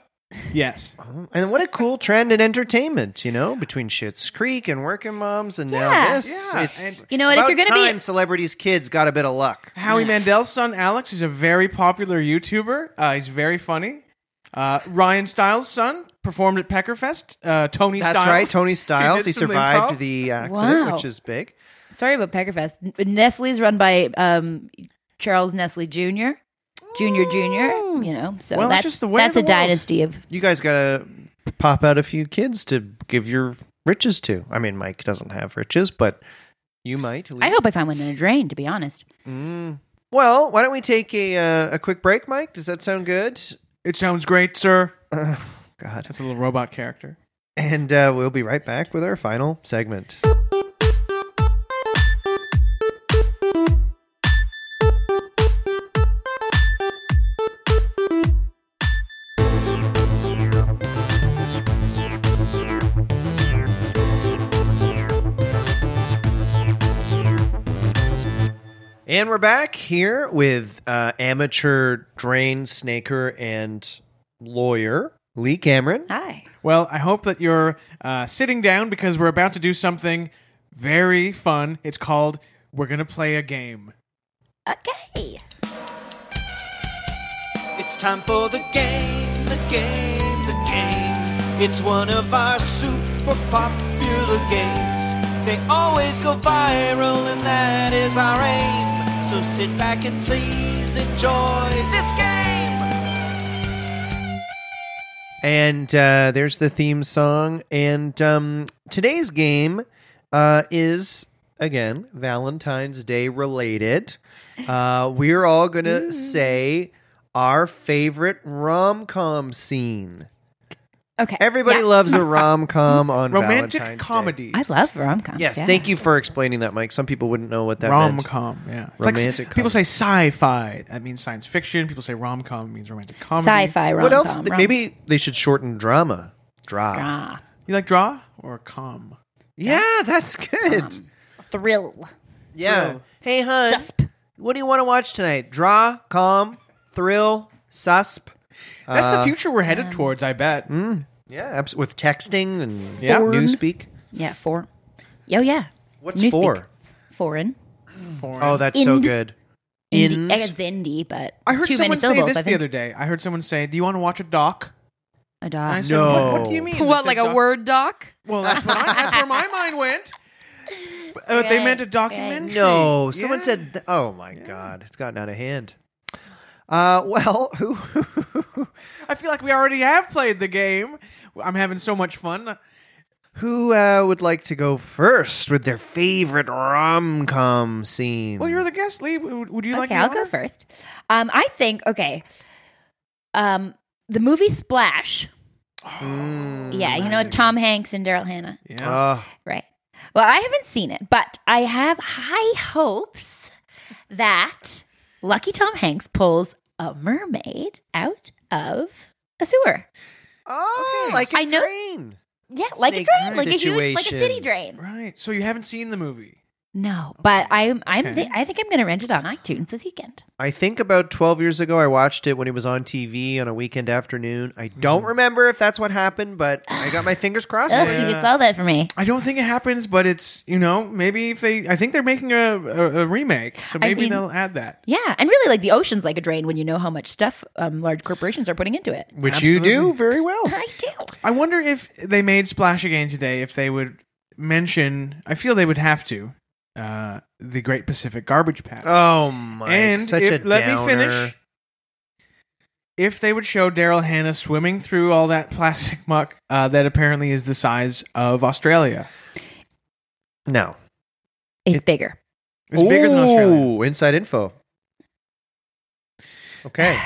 Speaker 3: Yes.
Speaker 2: And what a cool trend in entertainment, you know, between Schitt's Creek and Working Moms, and now
Speaker 4: Yeah.
Speaker 2: this.
Speaker 3: Yeah,
Speaker 2: It's
Speaker 4: You know what? If
Speaker 2: about
Speaker 4: you're gonna
Speaker 2: time
Speaker 4: be
Speaker 2: celebrities' kids got a bit of luck.
Speaker 3: Howie Mandel's son, Alex, is a very popular YouTuber. Uh, he's very funny. Uh, Ryan Styles' son performed at Peckerfest. Uh, Tony
Speaker 2: That's
Speaker 3: Styles.
Speaker 2: right, Tony Styles.
Speaker 3: did
Speaker 2: He,
Speaker 3: some
Speaker 2: survived
Speaker 3: improv.
Speaker 2: the accident,
Speaker 4: Wow.
Speaker 2: which is big.
Speaker 4: sorry about Peckerfest. N- Nestle's run by um, Charles Nestle Jr. Junior, Junior, you know, so
Speaker 3: Mm. Well, it's
Speaker 4: that's
Speaker 3: just the way
Speaker 4: that's
Speaker 3: of
Speaker 4: a
Speaker 3: the world.
Speaker 4: dynasty of
Speaker 2: You guys gotta pop out a few kids to give your riches to. I mean, Mike doesn't have riches, but you might.
Speaker 4: I hope I find one in a drain, to be honest.
Speaker 2: Mm. Well, why don't we take a uh, a quick break, Mike? Does that sound good?
Speaker 3: It sounds great, sir.
Speaker 2: Uh, God.
Speaker 3: That's a little robot character.
Speaker 2: And uh, we'll be right back with our final segment. And we're back here with uh, amateur drain snaker and lawyer Lee Cameron.
Speaker 4: Hi.
Speaker 3: Well, I hope that you're uh, sitting down because we're about to do something very fun. It's called We're Gonna Play a Game.
Speaker 4: Okay.
Speaker 5: It's time for the game, the game, the game. It's one of our super popular games. They always go viral, and that is our aim. So sit back and please enjoy this game.
Speaker 2: And uh, there's the theme song. And um, today's game uh, is, again, Valentine's Day related. Uh, we're all going to say our favorite rom com scene.
Speaker 4: Okay.
Speaker 2: Everybody
Speaker 4: Yeah.
Speaker 2: loves a rom com on
Speaker 3: Romantic
Speaker 2: Valentine's
Speaker 3: comedy.
Speaker 4: I love rom coms.
Speaker 2: Day. Yes, thank you for explaining that, Mike. Some people wouldn't know what that
Speaker 3: Rom
Speaker 2: meant.
Speaker 3: com, yeah. It's
Speaker 2: Romantic
Speaker 3: Like, people say
Speaker 2: comedy.
Speaker 3: sci-fi. That means science fiction. People say rom com means romantic comedy.
Speaker 4: Sci-fi rom
Speaker 2: What else?
Speaker 3: uh,
Speaker 2: Maybe they should shorten drama. Draw.
Speaker 4: ah,
Speaker 3: You like draw or com?
Speaker 2: Yeah, that's good.
Speaker 4: um, thrill.
Speaker 2: Yeah.
Speaker 3: Thrill.
Speaker 2: Hey, hun.
Speaker 4: Susp.
Speaker 2: What do you want to watch tonight? Draw, calm, thrill, susp.
Speaker 3: That's
Speaker 2: Uh,
Speaker 3: the future we're headed towards. I bet.
Speaker 2: Yeah, abs- with texting and
Speaker 3: Yeah. Form.
Speaker 2: newspeak.
Speaker 4: Yeah, four. Yo, yeah.
Speaker 2: What's
Speaker 4: Newspeak.
Speaker 2: for?
Speaker 4: Foreign.
Speaker 3: Foreign.
Speaker 2: Oh, that's so
Speaker 4: Ind.
Speaker 2: good.
Speaker 4: Indie.
Speaker 2: Ind.
Speaker 4: I guess indie, but
Speaker 3: I heard
Speaker 4: too
Speaker 3: someone
Speaker 4: many
Speaker 3: say
Speaker 4: syllables.
Speaker 3: this
Speaker 4: I
Speaker 3: the
Speaker 4: think.
Speaker 3: other day. I heard someone say, "Do you want to watch a doc?"
Speaker 4: A
Speaker 3: And I
Speaker 4: doc.
Speaker 3: said, what, what
Speaker 2: No.
Speaker 3: do you mean? They
Speaker 4: What,
Speaker 3: said
Speaker 4: like a
Speaker 3: doc-
Speaker 4: word doc?
Speaker 3: Well, that's, what I, that's where my mind went. But, uh, They
Speaker 4: Right,
Speaker 3: meant a
Speaker 4: right.
Speaker 3: documentary.
Speaker 2: No, someone
Speaker 3: Yeah.
Speaker 2: said. Th- oh my god, it's gotten out of hand. Uh, well, who
Speaker 3: I feel like we already have played the game. I'm having so much fun.
Speaker 2: who uh, would like to go first with their favorite rom com scene?
Speaker 3: Well, you're the guest, Lee. Would would you like?
Speaker 4: okay,
Speaker 3: the
Speaker 4: I'll go
Speaker 3: honor?
Speaker 4: first. Um, I think okay. Um, the movie Splash.
Speaker 3: Mm.
Speaker 4: yeah, you know with Tom Hanks and Daryl Hannah,
Speaker 3: Oh. Yeah.
Speaker 2: Uh,
Speaker 4: right? Well, I haven't seen it, but I have high hopes that lucky Tom Hanks pulls a mermaid out of a sewer.
Speaker 2: oh,
Speaker 3: Okay.
Speaker 2: like a
Speaker 4: I know-
Speaker 2: train.
Speaker 4: Yeah, like a
Speaker 2: Snake
Speaker 4: drain, like a huge, like a
Speaker 2: situation.
Speaker 4: city drain.
Speaker 3: right. So you haven't seen the movie.
Speaker 4: No, but I'm I'm
Speaker 3: Okay.
Speaker 4: thi- I think I'm going to rent it on iTunes this weekend.
Speaker 2: I think about 12 years ago, I watched it when it was on TV on a weekend afternoon. I don't
Speaker 3: Hmm.
Speaker 2: remember if that's what happened, but I got my fingers crossed.
Speaker 4: Oh,
Speaker 2: Yeah.
Speaker 4: you could sell that for me.
Speaker 3: I don't think it happens, but it's you know maybe if they, I think they're making a, a, a remake, so
Speaker 4: I
Speaker 3: maybe
Speaker 4: mean-
Speaker 3: they'll add that.
Speaker 4: Yeah, and really, like the ocean's like a drain when you know how much stuff um, large corporations are putting into it.
Speaker 2: Which you do
Speaker 3: Absolutely.
Speaker 2: very well.
Speaker 4: I do.
Speaker 3: I wonder if they made Splash again today, if they would mention. I feel they would have to. Uh, the Great Pacific Garbage Patch.
Speaker 2: Oh, my.
Speaker 3: and
Speaker 2: such
Speaker 3: if,
Speaker 2: a
Speaker 3: let me
Speaker 2: downer.
Speaker 3: finish. If they would show Daryl Hannah swimming through all that plastic muck uh, that apparently is the size of Australia,
Speaker 2: No.
Speaker 4: It's bigger.
Speaker 3: it's bigger than Australia.
Speaker 2: Ooh, inside info. Okay.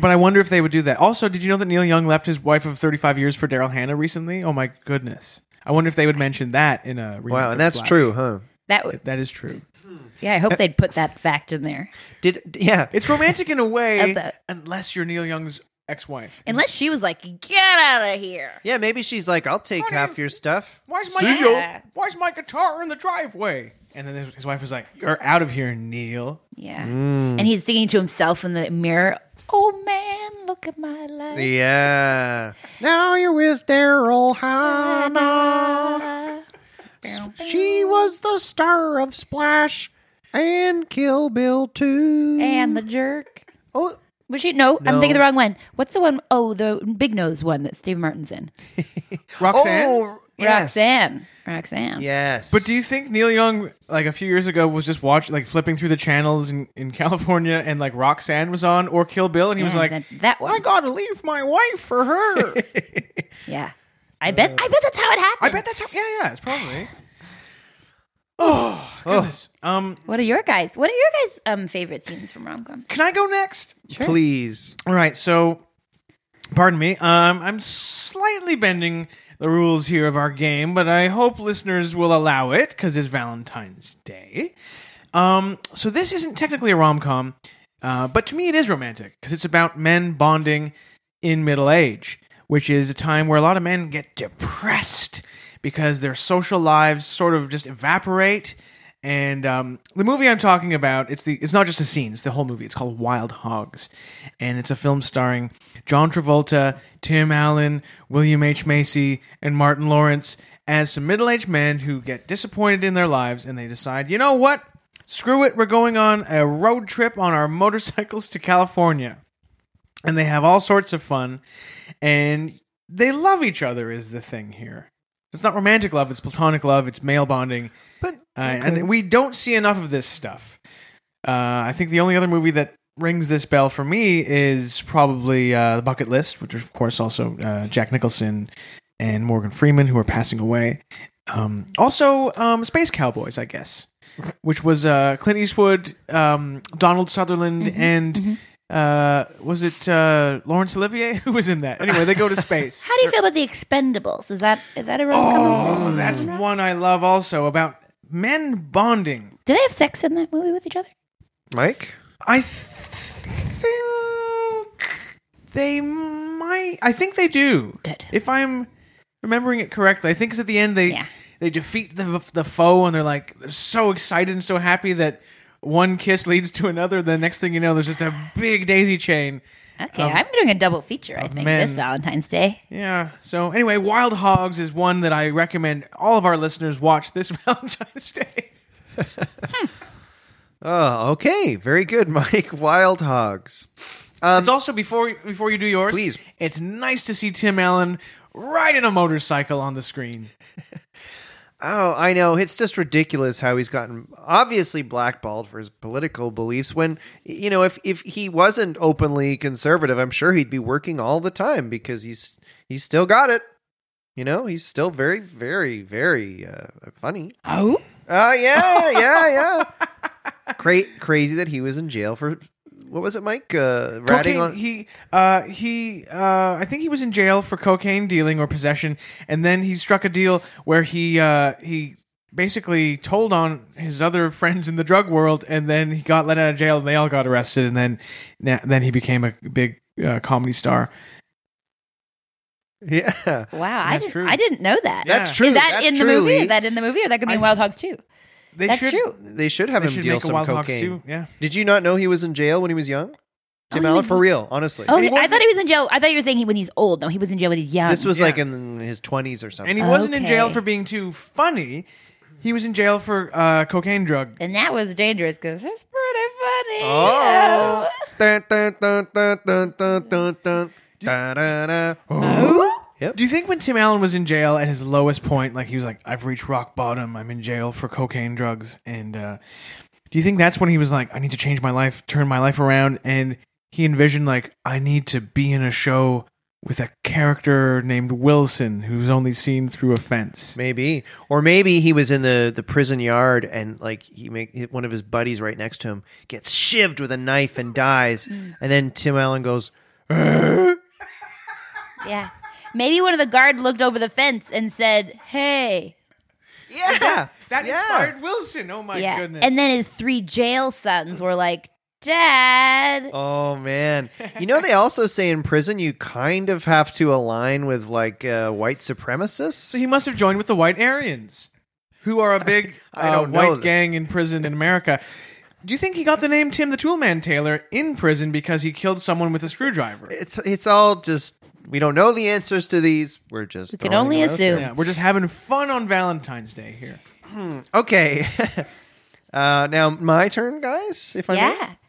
Speaker 3: But I wonder if they would do that. Also, did you know that Neil Young left his wife of 35 years for Daryl Hannah recently? Oh my goodness! I wonder if they would mention that in a remake
Speaker 2: wow,
Speaker 3: of
Speaker 2: and that's
Speaker 3: Splash.
Speaker 2: true, huh?
Speaker 4: That would.
Speaker 3: That is true.
Speaker 4: Yeah,
Speaker 2: Uh,
Speaker 4: I hope they'd put that fact in there.
Speaker 2: Did yeah.
Speaker 3: It's romantic in a way,
Speaker 4: About-
Speaker 3: unless you're Neil Young's ex-wife.
Speaker 4: Unless she was like, "Get out of here."
Speaker 2: Yeah, maybe she's like, "I'll take
Speaker 3: Honey.
Speaker 2: half your stuff."
Speaker 3: Why's my
Speaker 4: See ya.
Speaker 3: Why's my guitar in the driveway? And then his, his wife was like, "You're out of here, Neil."
Speaker 4: Yeah,
Speaker 3: Mm.
Speaker 4: and he's singing to himself in the mirror. Oh man, look at my life.
Speaker 2: Yeah. Now you're with Daryl Hannah.
Speaker 4: Ah.
Speaker 2: She was the star of Splash and Kill Bill 2.
Speaker 4: and the jerk.
Speaker 2: oh,
Speaker 4: Was she? No, I'm
Speaker 2: No.
Speaker 4: thinking the wrong one. What's the one oh the big nose one that Steve Martin's in?
Speaker 3: Roxanne.
Speaker 2: oh, yes.
Speaker 4: Roxanne. Roxanne.
Speaker 2: Yes.
Speaker 3: But do you think Neil Young, like a few years ago, was just watching, like flipping through the channels in, in California, and like Roxanne was on or Kill Bill, and he was
Speaker 4: Yeah,
Speaker 3: like,
Speaker 4: that, that one.
Speaker 3: "I gotta leave my wife for her."
Speaker 4: Yeah. I bet I bet that's how it happened.
Speaker 3: Uh, I bet that's how. Yeah, yeah, it's probably. Oh goodness. Um,
Speaker 4: What are your guys? What are your guys' um favorite scenes from rom coms?
Speaker 3: can I go next?
Speaker 2: please?
Speaker 3: All right, so pardon me. Um, I'm slightly bending the rules here of our game, but I hope listeners will allow it because it's Valentine's Day. Um, so this isn't technically a rom com, uh, but to me it is romantic because it's about men bonding in middle age, which is a time where a lot of men get depressed because their social lives sort of just evaporate. And um, the movie I'm talking about, it's the it's not just a scene, it's the whole movie. It's called Wild Hogs, and it's a film starring John Travolta, Tim Allen, William H Macy, and Martin Lawrence as some middle aged men who get disappointed in their lives and they decide, you know what? Screw it, we're going on a road trip on our motorcycles to California and they have all sorts of fun and they love each other is the thing here it's not romantic love it's platonic love it's male bonding
Speaker 2: But
Speaker 3: uh, and we don't see enough of this stuff uh, i think the only other movie that rings this bell for me is probably uh, the bucket list which is of course also uh, jack nicholson and morgan freeman who are passing away um, also um, space cowboys i guess which was uh, clint eastwood um, donald sutherland and uh, was it uh, Laurence Olivier who was in that? Anyway, they go to space.
Speaker 4: How do you feel about the Expendables? Is that is that a rom com?
Speaker 3: oh, that's one I love also about men bonding.
Speaker 4: Do they have sex in that movie with each other?
Speaker 2: Mike?
Speaker 3: I think they might. I think they do.
Speaker 4: Good.
Speaker 3: If I'm remembering it correctly, I think 'cause at the end they
Speaker 4: Yeah.
Speaker 3: they defeat the the foe and they're like they're so excited and so happy that one kiss leads to another. The next thing you know, there's just a big daisy chain.
Speaker 4: Okay,
Speaker 3: Of-
Speaker 4: I'm doing a double feature, I think,
Speaker 3: men.
Speaker 4: this Valentine's Day.
Speaker 3: Yeah. So anyway, Wild Hogs is one that I recommend all of our listeners watch this Valentine's Day.
Speaker 2: Oh, okay. Very good, Mike. Wild Hogs. Um,
Speaker 3: It's also before before you do yours.
Speaker 2: Please.
Speaker 3: It's nice to see Tim Allen riding a motorcycle on the screen.
Speaker 2: Oh, I know. It's just ridiculous how he's gotten obviously blackballed for his political beliefs when you know, if if he wasn't openly conservative, I'm sure he'd be working all the time because he's he's still got it. You know, he's still very very very uh, funny.
Speaker 4: Oh?
Speaker 2: Oh, yeah, yeah, yeah. Cra- crazy that he was in jail for what was it, Mike? Uh ratting
Speaker 3: Cocaine-
Speaker 2: on
Speaker 3: He uh, he uh, I think he was in jail for cocaine dealing or possession, and then he struck a deal where he uh, he basically told on his other friends in the drug world, and then he got let out of jail, and they all got arrested, and then na- then he became a big uh, comedy star.
Speaker 2: Yeah.
Speaker 4: Wow, I
Speaker 3: That's
Speaker 4: didn't
Speaker 3: true.
Speaker 4: I didn't know that.
Speaker 3: Yeah.
Speaker 2: That's true.
Speaker 4: Is that
Speaker 2: That's
Speaker 4: in the
Speaker 2: truly-
Speaker 4: movie? Is that in the movie or that could be in Wild Hogs too?
Speaker 3: They
Speaker 4: That's
Speaker 3: should,
Speaker 4: true.
Speaker 2: They should have
Speaker 3: They
Speaker 2: him
Speaker 3: should
Speaker 2: deal
Speaker 3: make a
Speaker 2: some
Speaker 3: Wild Hawks
Speaker 2: cocaine.
Speaker 3: too. Yeah.
Speaker 2: Did you not know he was in jail when he was young? Tim
Speaker 4: Oh,
Speaker 2: Allen,
Speaker 4: he-
Speaker 2: for real, honestly.
Speaker 4: Oh,
Speaker 3: And he
Speaker 4: I
Speaker 3: wasn't-
Speaker 4: thought he was in jail. I thought you were saying he when he's old. No, he was in jail when he's young.
Speaker 2: this was
Speaker 3: yeah.
Speaker 2: like in his twenties or something.
Speaker 3: And he wasn't in jail
Speaker 4: Okay.
Speaker 3: for being too funny. He was in jail for uh, cocaine drug.
Speaker 4: and that was dangerous because it's pretty funny.
Speaker 2: Oh. Dun, dun, dun, dun, dun, dun, dun, dun. Da, da, da.
Speaker 3: Do you think when Tim Allen was in jail at his lowest point, like he was like, "I've reached rock bottom. I'm in jail for cocaine drugs," and uh, do you think that's when he was like, "I need to change my life, turn my life around," and he envisioned like, "I need to be in a show with a character named Wilson who's only seen through a fence."
Speaker 2: Maybe, or maybe he was in the, the prison yard and like he make he- one of his buddies right next to him gets shivved with a knife and dies,
Speaker 3: Mm.
Speaker 2: and then Tim Allen goes,
Speaker 4: Yeah. Maybe one of the guard looked over the fence and said, "Hey."
Speaker 2: "Yeah,
Speaker 3: That
Speaker 2: yeah.
Speaker 3: inspired Wilson. Oh my
Speaker 4: yeah.
Speaker 3: goodness!
Speaker 4: And then his three jail sons were like, "Dad."
Speaker 2: Oh man, you know they also say in prison you kind of have to align with like uh, white supremacists.
Speaker 3: So he must have joined with the white Aryans, who are a big
Speaker 2: I
Speaker 3: uh,
Speaker 2: don't know
Speaker 3: white
Speaker 2: that.
Speaker 3: gang in prison in America. Do you think he got the name Tim the Toolman Taylor in prison because he killed someone with a screwdriver?
Speaker 2: it's it's all just we don't know the answers to these. We're just
Speaker 4: We can
Speaker 2: throwing
Speaker 4: only
Speaker 2: them out
Speaker 4: assume.
Speaker 3: Yeah, we're just having fun on Valentine's Day here.
Speaker 2: there. Okay, uh, now my turn, guys. If I may.
Speaker 4: Yeah.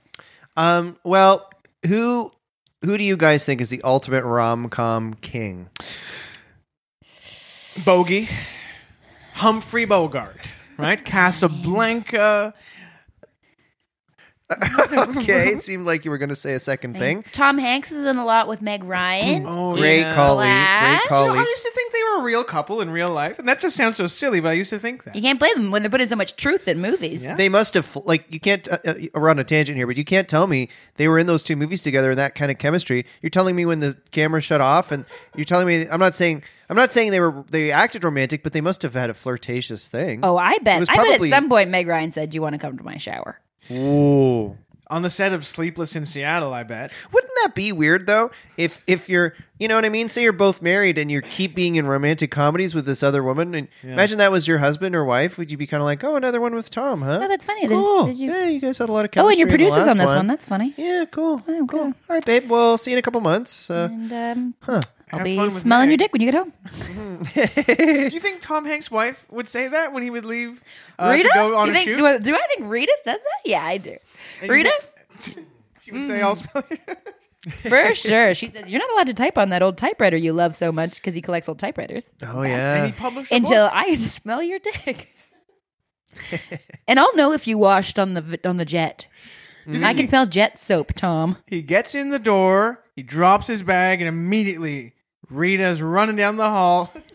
Speaker 2: Um, well, who who do you guys think is the ultimate rom com king?
Speaker 3: Bogey, Humphrey Bogart, right? Casablanca.
Speaker 2: okay, it seemed like you were going to say a second thing.
Speaker 4: Tom Hanks is in a lot with Meg Ryan.
Speaker 3: Oh,
Speaker 2: Great
Speaker 3: yeah.
Speaker 2: colleague,
Speaker 4: Black.
Speaker 2: great
Speaker 3: You know, I
Speaker 2: colleague.
Speaker 3: used to think they were a real couple in real life, and that just sounds so silly, but I used to think that.
Speaker 4: You can't blame them when they're putting so much truth in movies.
Speaker 3: Yeah.
Speaker 2: They must have like you can't. Uh, uh, we're on a tangent here, but you can't tell me they were in those two movies together and that kind of chemistry. You're telling me when the camera shut off, and you're telling me I'm not saying I'm not saying they were they acted romantic, but they must have had a flirtatious thing.
Speaker 4: Oh, I
Speaker 2: It
Speaker 4: bet.
Speaker 2: was
Speaker 4: I bet
Speaker 2: probably-
Speaker 4: at some point Meg Ryan said, "Do you want to come to my shower?"
Speaker 2: Ooh.
Speaker 3: On the set of Sleepless in Seattle, I bet.
Speaker 2: Wouldn't that be weird though? If if you're you know what I mean? Say you're both married and you keep being in romantic comedies with this other woman, and imagine that was your husband or wife. Would you be kind of like, oh, another one with Tom, huh?
Speaker 4: Oh, that's funny. There's-
Speaker 2: cool.
Speaker 4: did you-
Speaker 2: Yeah, you guys had a lot of
Speaker 4: Oh,
Speaker 2: chemistry.
Speaker 4: and your
Speaker 2: in the
Speaker 4: producers
Speaker 2: last
Speaker 4: on this one. That's funny.
Speaker 2: yeah, cool.
Speaker 4: Oh,
Speaker 2: cool.
Speaker 4: cool.
Speaker 2: All right, babe. Well, see you in a couple months. Uh,
Speaker 4: And um,
Speaker 2: huh.
Speaker 4: I'll
Speaker 3: Have
Speaker 4: be
Speaker 3: fun with
Speaker 4: smelling
Speaker 3: Meg.
Speaker 4: your dick when you get home.
Speaker 3: Do you think Tom Hanks' wife would say that when he would leave uh,
Speaker 4: Rita,
Speaker 3: to go on
Speaker 4: you
Speaker 3: a
Speaker 4: think,
Speaker 3: shoot?
Speaker 4: Do, I, do I think Rita says that? Yeah, I do.
Speaker 3: And you
Speaker 4: Rita,
Speaker 3: think- she would say, "I'll spell you."
Speaker 4: for sure. She says you're not allowed to type on that old typewriter you love so much because he collects old typewriters.
Speaker 2: oh
Speaker 3: And
Speaker 2: yeah.
Speaker 3: he published a
Speaker 4: Until
Speaker 3: book.
Speaker 4: I can smell your dick, and I'll know if you washed on the v- on the jet. I
Speaker 3: Mm.
Speaker 4: can smell jet soap, Tom.
Speaker 3: he gets in the door, he drops his bag, and immediately Rita's running down the hall.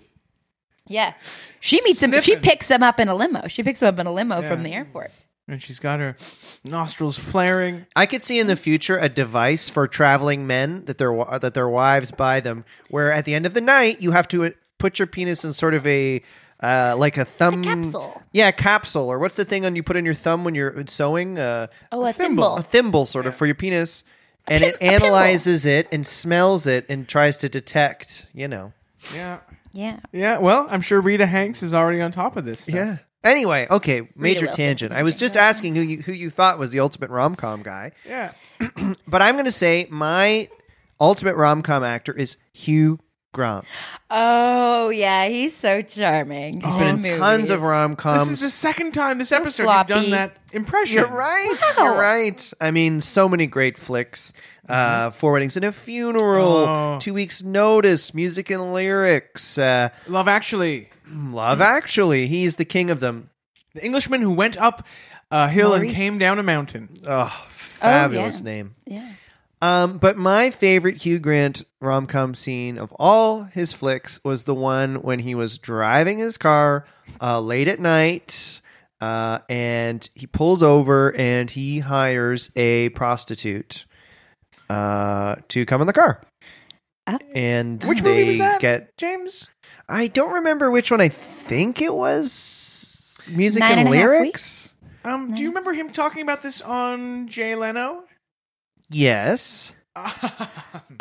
Speaker 4: Yeah, she meets him. She
Speaker 3: Sniffing.
Speaker 4: picks him up in a limo. She picks him up in a limo
Speaker 3: Yeah.
Speaker 4: from the airport.
Speaker 3: And she's got her nostrils flaring.
Speaker 2: I could see in the future a device for traveling men that their wi- that their wives buy them, where at the end of the night you have to uh, put your penis in sort of a uh, like a thumb
Speaker 4: capsule.
Speaker 2: Yeah, capsule or what's the thing on you put in your thumb when you're sewing? Uh,
Speaker 4: Oh, a thimble.
Speaker 2: a thimble, sort of for your penis, and it
Speaker 4: pin- a pinball.
Speaker 2: analyzes it and smells it and tries to detect. You know.
Speaker 3: Yeah.
Speaker 4: Yeah.
Speaker 3: Yeah, well, I'm sure Rita Hanks is already on top of this. stuff.
Speaker 2: Yeah. Anyway, okay, major
Speaker 4: Wilson.
Speaker 2: tangent. I was just asking who you who you thought was the ultimate rom com guy.
Speaker 3: Yeah.
Speaker 2: but I'm going to say my ultimate rom com actor is Hugh Grant.
Speaker 4: Oh yeah, he's so charming. He's
Speaker 3: been in
Speaker 2: Tons of rom
Speaker 3: This is
Speaker 2: coms.
Speaker 3: the second time this episode you've
Speaker 4: floppy.
Speaker 3: done that impression.
Speaker 2: Um, You're right. You're right. I mean, so many great flicks. Uh, Four Weddings and a Funeral,
Speaker 3: Oh.
Speaker 2: Two Weeks Notice, Music and Lyrics, uh,
Speaker 3: Love Actually.
Speaker 2: Love Actually. He's the king of them.
Speaker 3: The Englishman who went up a hill
Speaker 4: Maurice.
Speaker 3: and came down a mountain.
Speaker 2: Oh, fabulous name.
Speaker 4: Yeah.
Speaker 2: Um, but my favorite Hugh Grant rom com scene of all his flicks was the one when he was driving his car uh, late at night. Uh, and he pulls over and he hires a prostitute uh, to come in the car.
Speaker 4: Ah.
Speaker 2: And
Speaker 3: Which
Speaker 2: they
Speaker 3: movie was that?
Speaker 2: get.
Speaker 3: James?
Speaker 2: I don't remember which one. I think it was music
Speaker 4: Nine
Speaker 2: and,
Speaker 4: and a half
Speaker 2: lyrics.
Speaker 3: Um, do you remember him talking about this on Jay Leno?
Speaker 2: Yes.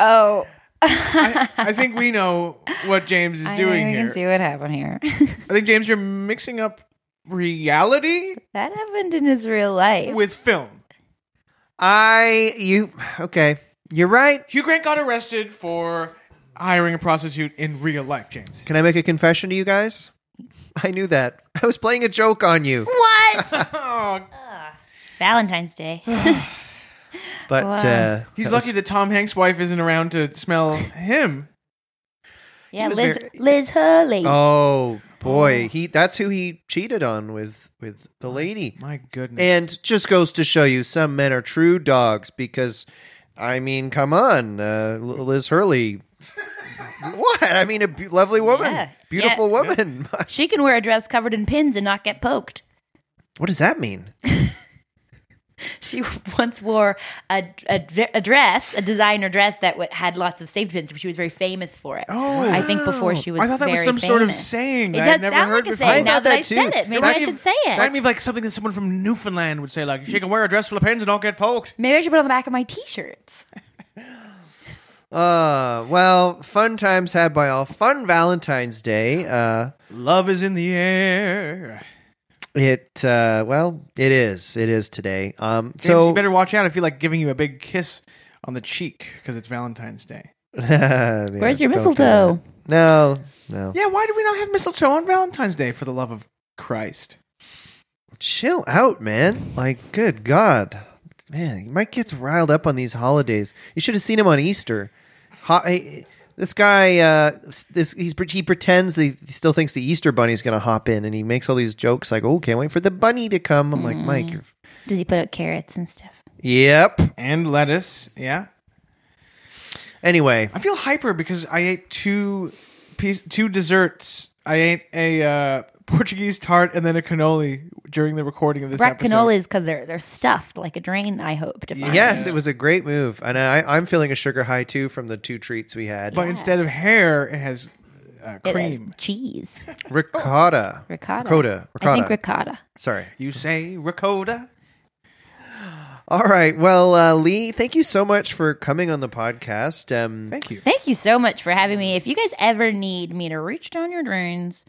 Speaker 4: Oh.
Speaker 3: I, I think we know what James is
Speaker 4: I
Speaker 3: doing
Speaker 4: think we
Speaker 3: here.
Speaker 4: can see what happened here.
Speaker 3: I think James, you're mixing up reality
Speaker 4: That happened in his real life.
Speaker 3: with film.
Speaker 2: I you okay? You're right.
Speaker 3: Hugh Grant got arrested for hiring a prostitute in real life, James.
Speaker 2: Can I make a confession to you guys? I knew that. I was playing a joke on you,
Speaker 4: what?
Speaker 3: Oh,
Speaker 4: Ah, Valentine's Day.
Speaker 2: but
Speaker 4: Wow.
Speaker 2: uh,
Speaker 3: he's
Speaker 2: that
Speaker 3: lucky
Speaker 2: was-
Speaker 3: that Tom Hanks' wife isn't around to smell him.
Speaker 4: yeah,
Speaker 2: was
Speaker 4: Liz,
Speaker 2: very-
Speaker 4: Liz Hurley.
Speaker 2: oh boy, he that's who he cheated on with with the lady.
Speaker 3: My goodness.
Speaker 2: And just goes to show you some men are true dogs because, I mean, come on, uh, L- Liz Hurley. what? I mean, a be- lovely woman,
Speaker 4: Yeah.
Speaker 2: beautiful woman.
Speaker 4: She can wear a dress covered in pins and not get poked.
Speaker 2: what does that mean?
Speaker 4: She once wore a, a, dre- a dress, a designer dress that w- had lots of safety pins. She was very famous for it.
Speaker 3: Oh.
Speaker 4: I think before she was.
Speaker 3: I thought that was
Speaker 4: very
Speaker 3: some sort of
Speaker 4: famous.
Speaker 3: saying
Speaker 4: It
Speaker 3: that I'd
Speaker 4: does
Speaker 3: never
Speaker 4: sound
Speaker 3: heard
Speaker 4: like a
Speaker 3: before.
Speaker 4: saying.
Speaker 2: I
Speaker 4: now
Speaker 2: thought
Speaker 4: that, I
Speaker 2: that
Speaker 4: said
Speaker 2: too.
Speaker 4: it, maybe
Speaker 3: That
Speaker 4: I
Speaker 3: mean-
Speaker 4: should say it.
Speaker 3: Remind me of like something that someone from Newfoundland would say, like, she can wear a dress full of pins and don't get poked.
Speaker 4: maybe I should put it on the back of my T-shirts.
Speaker 2: Uh, well, fun times had by all. Fun Valentine's Day. Uh,
Speaker 3: Love is in the air.
Speaker 2: it uh, well, it is. It is today. Um,
Speaker 3: James, so
Speaker 2: so
Speaker 3: you better watch out. I feel like giving you a big kiss on the cheek because it's Valentine's Day.
Speaker 2: Yeah,
Speaker 4: Where's your
Speaker 2: don't do
Speaker 4: mistletoe?
Speaker 2: that. No, no.
Speaker 3: Yeah, why do we not have mistletoe on Valentine's Day for the love of Christ?
Speaker 2: Chill out, man. Like, good God, man, my kid's riled up on these holidays. You should have seen him on Easter. Ho- I- this guy, uh, this he's he pretends that he still thinks the Easter bunny's gonna hop in, and he makes all these jokes like, "Oh, can't wait for the bunny to come." I'm like,
Speaker 4: Mm.
Speaker 2: Mike, you're
Speaker 4: Does he put out carrots and stuff?
Speaker 2: Yep.
Speaker 3: And lettuce, yeah.
Speaker 2: Anyway,
Speaker 3: I feel hyper because I ate two piece, two desserts. I ate a uh, Portuguese tart and then a cannoli during the recording of this
Speaker 4: Brat
Speaker 3: episode.
Speaker 4: cannolis because they're they're stuffed like a drain. I hope to find.
Speaker 2: yes, it was a great move, and I, I'm feeling a sugar high too from the two treats we had.
Speaker 3: But instead of hair, it has uh,
Speaker 4: It has
Speaker 3: cream.
Speaker 4: cheese.
Speaker 2: ricotta,
Speaker 4: Oh. Ricotta.
Speaker 2: ricotta,
Speaker 4: I
Speaker 2: ricotta.
Speaker 4: think ricotta.
Speaker 2: Sorry.
Speaker 3: You say ricotta?
Speaker 2: All right. Well, uh, Lee, thank you so much for coming on the podcast. Um,
Speaker 3: Thank you.
Speaker 4: Thank you so much for having me. If you guys ever need me to reach down your drains,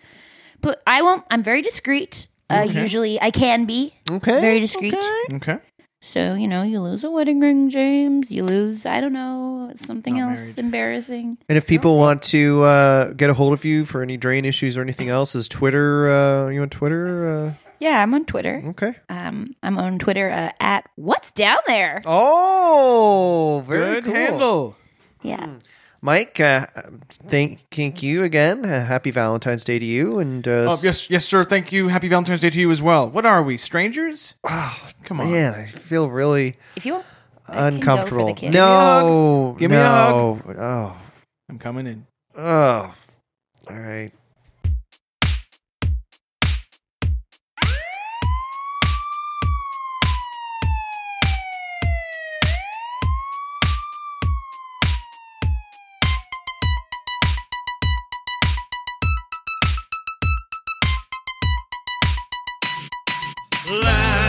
Speaker 4: but I won't. I'm very discreet. Uh, Usually, I can be
Speaker 2: okay.
Speaker 4: very discreet.
Speaker 2: okay.
Speaker 3: Okay.
Speaker 4: So you know, you lose a wedding ring, James. You lose, I don't know, something
Speaker 3: Not
Speaker 4: else
Speaker 3: married.
Speaker 4: embarrassing.
Speaker 2: And if people want to uh, get a hold of you for any drain issues or anything else, is Twitter? Uh, you on Twitter?
Speaker 4: Yeah, I'm on Twitter.
Speaker 2: Uh, okay.
Speaker 4: Um, I'm on Twitter uh, at what's down there.
Speaker 2: Oh, very
Speaker 3: Good
Speaker 2: cool.
Speaker 3: handle.
Speaker 4: Yeah,
Speaker 2: Mike, uh, thank, thank you again. Uh, happy Valentine's Day to you. And uh,
Speaker 3: Oh, yes, yes, sir. Thank you. Happy Valentine's Day to you as well. What are we, strangers? Come on.
Speaker 2: man, I feel really
Speaker 4: if you want, I can go for the
Speaker 2: uncomfortable.
Speaker 4: kiss.
Speaker 2: no,
Speaker 3: Give me a
Speaker 2: no. Oh,
Speaker 3: I'm coming in.
Speaker 2: oh, all right.
Speaker 1: Light